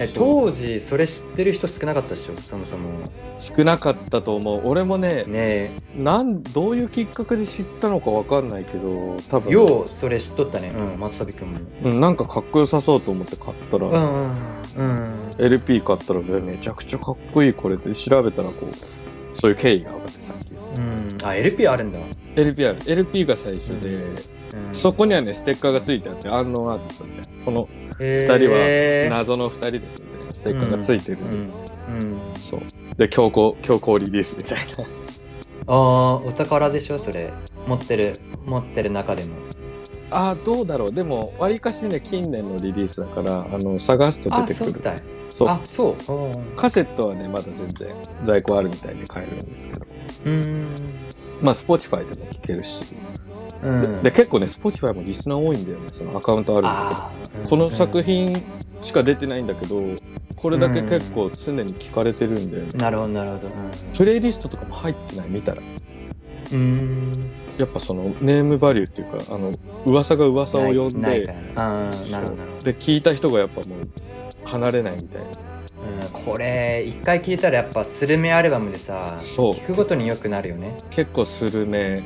B: え
A: そう
B: 当時それ知ってる人少なかったでしょそもそも
A: 少なかったと思う俺もね
B: ね
A: なんどういうきっかけで知ったのかわかんないけど多
B: えよ
A: 分、
B: うそれ知っとったねうん松旅君も
A: うん、なんかかっこよさそうと思って買ったら、
B: うんうんうん
A: LP 買ったらめちゃくちゃかっこいいこれって調べたらこうそういう経緯が分かってさっき
B: うん、あ LP あるんだ、
A: LP ある LP が最初で、
B: うん
A: そこにはねステッカーがついてあってアンノンアーティストみたいなこの
B: 二
A: 二人は謎の2人ですみたいなステッカーがついてる、
B: うんうん
A: そうで強行強行リリースみたいな (laughs)
B: ああお宝でしょそれ持ってる持ってる中でも
A: あーどうだろうでもわりかしね近年のリリースだからあの探すと
B: あ
A: 出て
B: そ
A: く
B: う
A: る
B: だい
A: そう
B: あそうおー
A: カセットはねまだ全然在庫あるみたいで買えるんですけど
B: うーん
A: まあ Spotify でも聴けるし、
B: うん
A: で結構ね Spotify もリスナー多いんだよねそのアカウントあるんだ
B: あー
A: け
B: うん
A: どこの作品しか出てないんだけどこれだけ結構常に聴かれてるんだよね、
B: なるほどなるほど
A: プレイリストとかも入ってない見たら
B: うんう
A: やっぱそのネームバリューっていうかあの噂が噂を
B: ーん
A: 呼ん
B: ない
A: で
B: ないからねあーなるほどなるほど
A: で聞いた人がやっぱもう離れないみたいな
B: うん、これ一回聞いたらやっぱスルメアルバムでさ
A: そう
B: 聞くごとによくなるよね
A: 結構するね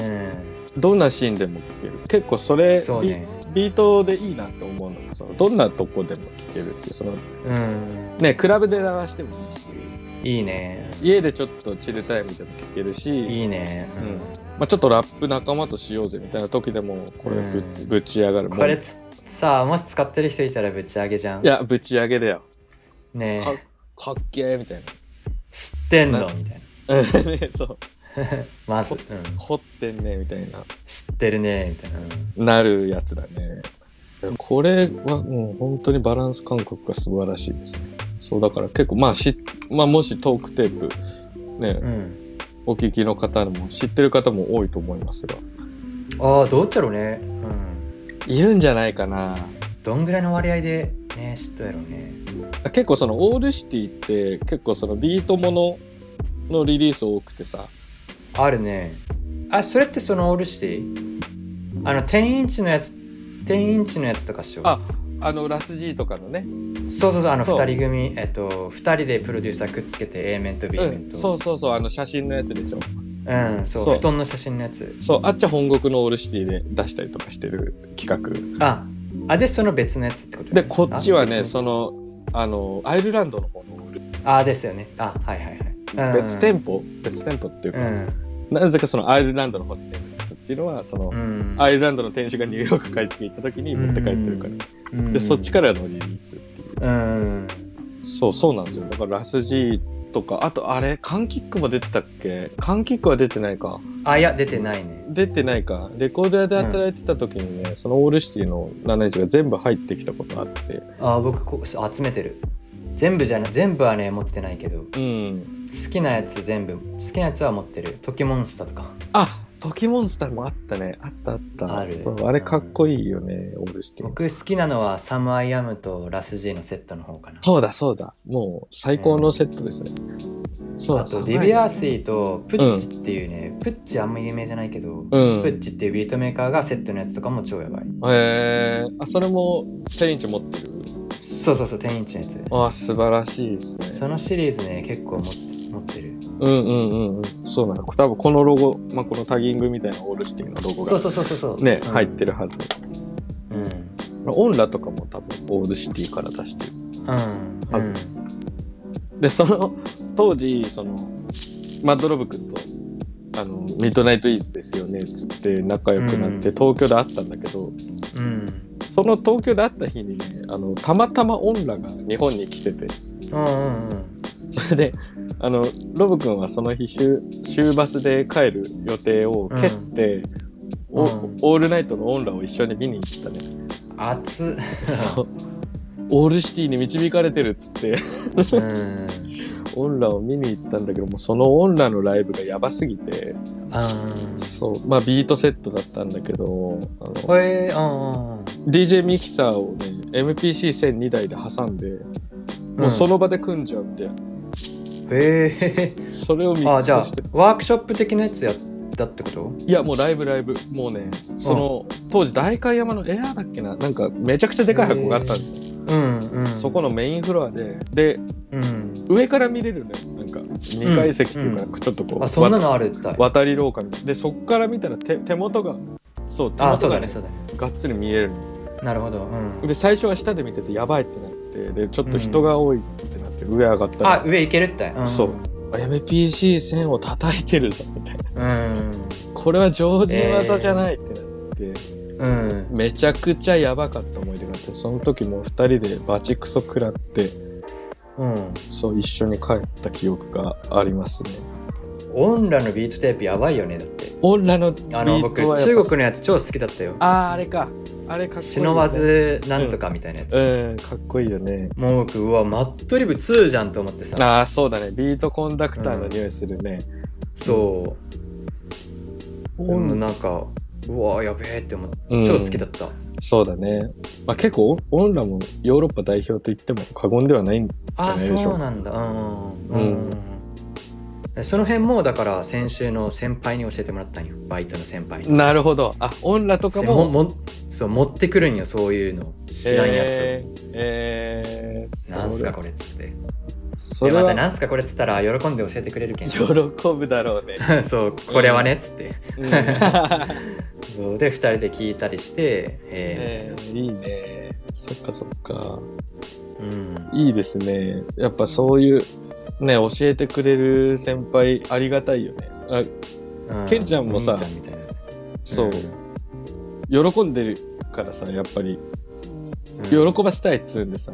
B: うん
A: どんなシーンでも聴ける結構それ
B: そうね
A: ビビートでいいなって思うのがそのどんなとこでも聴けるっていうその
B: うん
A: ねクラブで流してもいいし
B: いいね
A: 家でちょっとチルタイムでも聴けるし、
B: いいねうん
A: うんまあ、ちょっとラップ仲間としようぜみたいな時でもこれぶ,、
B: うん
A: ぶち上がるもう
B: これつさあもし使ってる人いたらぶち上げじゃん
A: いやぶち上げだよ
B: ね
A: か
B: え
A: かっけーみたいな。
B: 知ってんの
A: な (laughs)
B: みたい
A: うんねそう
B: まず、うん、
A: 掘ってんねみたいな
B: 知ってるねみたいな、うん
A: なるやつだねこれはもう本当にバランス感覚が素晴らしいですねそうだから結構まあし、まあ、もしトークテープね、
B: うん、
A: お聞きの方も知ってる方も多いと思いますが
B: ああどうっちゃろうね、うん、
A: いるんじゃないかな
B: どんぐらいの割合でね知っとやろうね
A: 結構そのオールシティって結構そのビートもののリリース多くてさ
B: あるねあそれってそのオールシティあの10インチのやつ10インチのやつとかっしよう
A: ああのラス G とかのね、
B: そうそうそうあの
A: そう
B: 2人組えっと2人でプロデューサーくっつけて A 面と B
A: う
B: 面
A: ん、
B: と、
A: そうそうそうあの写真のやつでしょ
B: うんそう
A: そう
B: 布団の写真のやつ
A: そうあっちゃ本国のオールシティで出したりとかしてる企
B: ああでその別のやつってこと
A: 画でこっちはね
B: あ
A: そのあのアイルランドの方のオール
B: あですよねあはいはいはい、うん、
A: 別店舗別店舗っていう
B: う
A: か、
B: ん
A: なぜかそのアイルランドの方に店舗したっていうのはその、
B: うん
A: アイルランドの店主がニューヨーク帰ってきた時に持って帰ってるから、
B: うん
A: でそっちからのリリースっていう
B: うん
A: そうそうなんですよだからラス G とかあとあれカンキックも出てたっけカンキックは出てないか
B: あいや出てないね
A: 出てないかレコーダーで働いてた時にね、そのオールシティの71が全部入ってきたことあって
B: あ僕こ集めてる全部じゃない全部はね持ってないけど
A: うん
B: 好きなやつ全部好きなやつは持ってる「トキモンスター」とか
A: あトキモンスターもあったねあったあった
B: ある
A: そうあれかっこいいよねオールシティ
B: 僕好きなのはサム・アイ・アムとラス・ジーのセットの方かな
A: そうだそうだもう最高のセットですね、そう
B: あと
A: そう
B: デビアーシーとプッチっていうね、プッチあんま有名じゃないけど、
A: うん
B: プッチっていうビートメーカーがセットのやつとかも超やばい
A: へえあそれも天一持ってる
B: そうそうそう10インチのや
A: あ素晴らしいですね
B: つそのシリーズね結構持って持ってる
A: うんうんうんうんそうなの多分このロゴ、まあ、このタギングみたいなオールシティのロゴ
B: そう
A: が
B: そうそうそうそう
A: ね、
B: うん
A: 入ってるはず
B: うん
A: オンラとかも多分オールシティから出してる
B: うん
A: はずでその当時そのマッドロブ君とあのミッドナイトイーズですよねっつって仲良くなって
B: うん
A: 東京で会ったんだけど、
B: うん、うん
A: その東京で会った日にねあのたまたまオンラが日本に来てて
B: うんうんうん
A: それであのロブ君はその日週週バスで帰る予定を蹴って、お
B: うん
A: オールナイトのオンラを一緒に見に行った
B: (laughs)
A: ね、
B: 熱っ
A: そうオールシティに導かれてるっつって
B: うん
A: オンラを見に行ったんだけどもそのオンラのライブがやばすぎて
B: あ
A: そうまあビートセットだったんだけどあの
B: これうんうん
A: DJ ミキサーをね MPC1002 台で挟んで、もうその場で組んじゃうんで
B: へえ
A: それをミ
B: あ
A: ッ
B: じゃあ
A: クスして
B: ワークショップ的なやつやったってこと
A: いやもうライブライブもうねその、当時代官山のエアーだっけななんかめちゃくちゃでかい箱があったんですよ、
B: うんうん
A: そこのメインフロアでで
B: うん
A: 上から見れるのよなんか2階席っていうか、
B: う
A: ちょっとこう
B: あそんなのあるったい
A: わ渡り廊下みたいなでそっから見たら手手元がそう手
B: あ
A: 元
B: そう
A: が
B: だ
A: ね
B: ねそうだね
A: がっつり見える
B: なるほど、うん、
A: で最初は下で見ててやばいってなってでちょっと人が多いってなって、上上がったら
B: あ上行けるったい、うん、
A: そう MPC1000 を叩いてるぞみたいな (laughs)
B: うん
A: これは常人技じゃないってなって、
B: うん
A: めちゃくちゃやばかった思い出があってその時も2人でバチクソ食らって
B: うん
A: そう一緒に帰った記憶がありますね
B: オンラのビートテープやばいよねだって
A: オンラのビート
B: あ
A: は
B: の
A: やっ
B: 僕
A: ぱ
B: 中国のやつ超好きだったよ
A: あーあれかあれかっこいいよね
B: 忍ばずなんとかみたいなやつ、
A: うんかっこいいよね
B: もう僕うわマットリブ2じゃんと思ってさ
A: ああそうだねビートコンダクターの匂いするね、
B: そう、
A: オン
B: うん、なんかうわやべえって思って
A: うん
B: 超好きだった、
A: そうだね、まあ、結構オンラもヨーロッパ代表と言っても過言ではない
B: あ
A: じゃないでしょ
B: そうなんだうんう
A: うん
B: ん、うん、その辺もだから先週の先輩に教えてもらったんよバイトの先輩に
A: なるほどあオンラとか
B: せも
A: も
B: もそう持ってくるんよそういうの知らんやつ
A: えーえー
B: を、なんす
A: そ
B: か
A: れ
B: これっつって
A: そ
B: で
A: れ
B: また
A: は
B: なんすかこれっつったら喜んで教えてくれるけん
A: 喜ぶだろうね、
B: そうこれはねっつって、 (laughs)
A: うん
B: そうで2人で聞いたりしてえ
A: えーいいねそっかそっか
B: ーうん
A: いいですねやっぱそういうね教えてくれる先輩ありがたいよねあ
B: う
A: ケンちゃんもさ
B: お兄ちゃんみたいな
A: そう、
B: ん
A: 喜んでるからさやっぱり
B: うん
A: 喜ばせたいっつうんでさ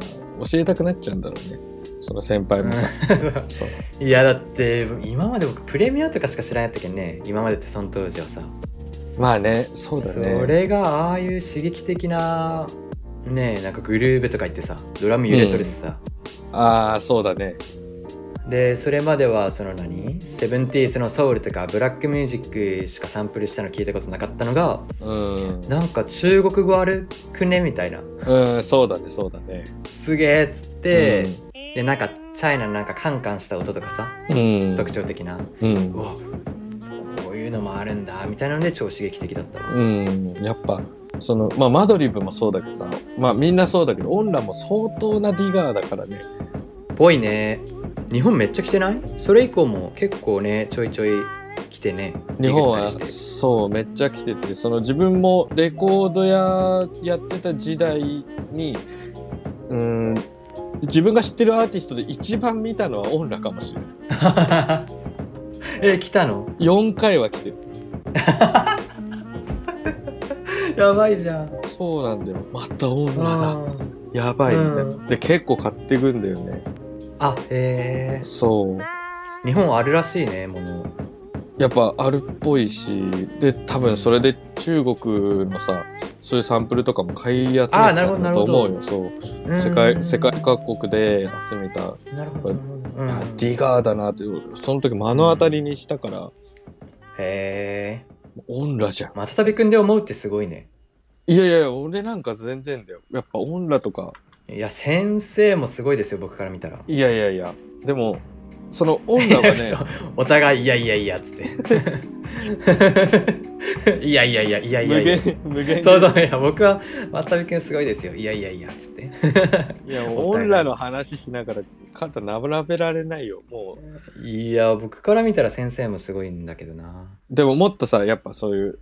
A: 教えたくなっちゃうんだろうねその先輩もさ、そう
B: (laughs) いやだって今まで僕プレミアとかしか知らんやったけんね今までってその当時はさ
A: まあねそうだね
B: それがああいう刺激的なねえなんかグルーブとか言ってさドラム揺れとるしさ、
A: ああそうだね
B: でそれまではその何セブンティースのソウルとかブラックミュージックしかサンプルしたの聞いたことなかったのが
A: うん
B: なんか中国語あるくねみたいな
A: うんそうだねそうだね
B: すげえっつって、でなんかチャイナのなんかカンカンした音とかさ
A: うん
B: 特徴的な
A: うん
B: うわこういうのもあるんだみたいなので超刺激的だったわ
A: うん、やっぱその、まあ、マドリブもそうだけどさ、まあ、みんなそうだけどオンラも相当なディガーだからね
B: ぽいね日本めっちゃ来てないそれ以降も結構ねちょいちょい来てね
A: 日本は
B: 出てきたりして
A: そうめっちゃ来ててその自分もレコード屋やってた時代にうん自分が知ってるアーティストで一番見たのはオンラかもしれない
B: (laughs) え来たの
A: 4回は来てる
B: やばいじゃん
A: そうなんだよまたオンラだ
B: あ
A: やばいね、
B: う
A: で結構買ってくんだよね
B: あへえ
A: そう
B: 日本あるらしいねもの
A: やっぱあるっぽいしで多分それで中国のさそういうサンプルとかも買い集めた
B: あー
A: ん
B: なるほど
A: だ
B: なる
A: と
B: ほど
A: 思うよそう世界世界各国で集めた、
B: なるほどなるほどうん
A: あディガーだなってその時目の当たりにしたから、
B: へえ
A: オンラじゃん
B: またたびくんで思うってすごいね
A: いやいや俺なんか全然だよやっぱオンラとか
B: いや先生もすごいですよ僕から見たら
A: いやいやいやでもそのオンラはね
B: お互いいやいやいやっつって (laughs) いやいやいや (laughs) いやいや
A: 無
B: いや
A: 限無限に
B: そうそういや僕は渡辺君すごいですよいやいやいやっつって
A: いやオンラの話しながら肩並べられないよもう
B: いや僕から見たら先生もすごいんだけどな
A: でももっとさやっぱそういう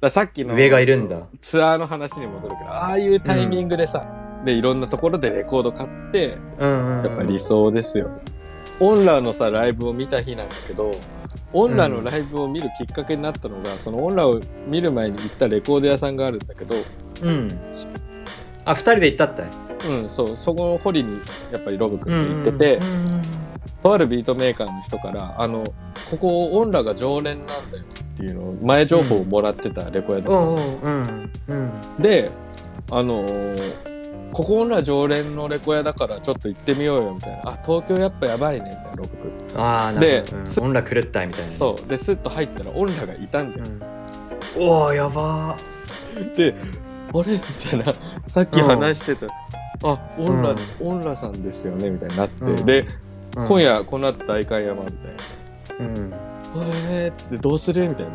A: だからさっきの
B: 上がいるんだ
A: ツアーの話に戻るけどああいうタイミングでさ、でいろんなところでレコード買って
B: うんうん、うん、
A: やっぱ理想ですよ、オンラのさライブを見た日なんだけどオンラのライブを見るきっかけになったのが、そのオンラを見る前に行ったレコード屋さんがあるんだけど
B: うんあ二人で行ったったい
A: うんそうそこの掘りにやっぱりロブ君って行ってて、
B: うんうん
A: とあるビートメーカーの人から「あのここオンラが常連なんだよ」っていうのを前情報をもらってたレコード屋だったの
B: うんうんうんうん
A: であのーここら常連のレコヤだからちょっと行ってみようよみたいなあ東京やっぱやばいねみたいな僕
B: ああな
A: で
B: るほど、うん、オンラ狂ったみたいな
A: そうでスッと入ったらオンラがいたんだ
B: う
A: よ、
B: ん、おおやば
A: で「あれ?」みたいなさっき話してた「あオンラ、
B: うん
A: オンラさんですよね」みたいになって、
B: うん
A: で、
B: ー、うん
A: 今、夜この後代官山」みたいな
B: うん、
A: 「えー」っつって「どうする?」みたいな「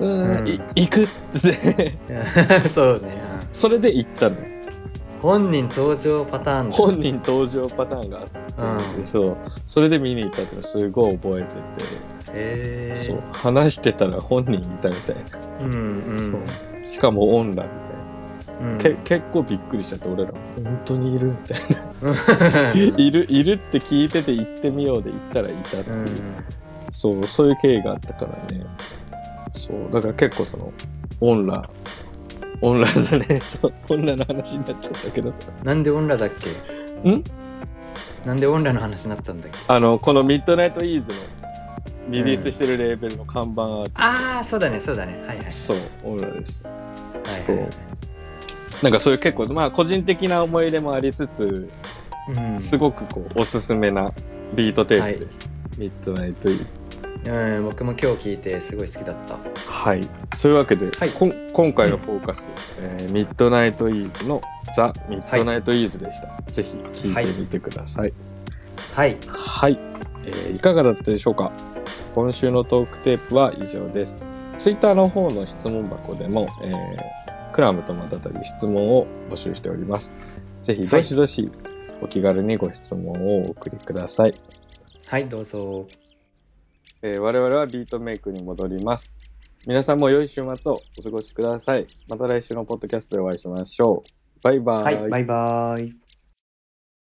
A: うーん、
B: うん
A: い行く」って (laughs)
B: (laughs) そうね
A: それで行ったのよ
B: 本人登場パターンだ
A: 本人登場パターンがあって
B: うん
A: そうそれで見に行ったっていうのすごい覚えてて。
B: へえ
A: そう話してたら本人いたみたいな、
B: うんうん
A: そうしかもオンラみたいな、
B: うん
A: け結構びっくりしちゃって俺ら本当にいるみたいな
B: う
A: (laughs)
B: ん
A: いるいるって聞いてて行ってみようで行ったらいたっていう、そうそういう経緯があったからねそうだから結構そのオンラオンラだね (laughs) そうオンラの話になっちゃったけど
B: なんでオンラだっけ
A: ん
B: なんでオンラの話になったんだっけ
A: あのこのミッドナイトイーズのリリースしてるレーベルの看板アーティスト、
B: ああそうだねそうだねはいはいはい
A: そうオンラです
B: はいはい
A: なんかそういう結構まあ個人的な思い出もありつつ
B: うん
A: すごくこうおすすめなビートテープです。ミッドナイトイーズ。
B: うん僕も今日聞いてすごい好きだった
A: はい。そういうわけで、
B: はい
A: こん今回のフォーカス、えーミッドナイトイーズのザ・ミッドナイトイーズでした。ぜひ聞いてみてください。
B: はい
A: はい、えーいかがだったでしょうか今週のトークテープは以上です。ツイッターの方の質問箱でも、えークラムとまたたび質問を募集しております。ぜひどしどしお気軽にご質問をお送りください。
B: はいどうぞ
A: えー我々はビートメイクに戻ります。皆さんも良い週末をお過ごしください。また来週のポッドキャストでお会いしましょう。バイバー
B: はいバイバイ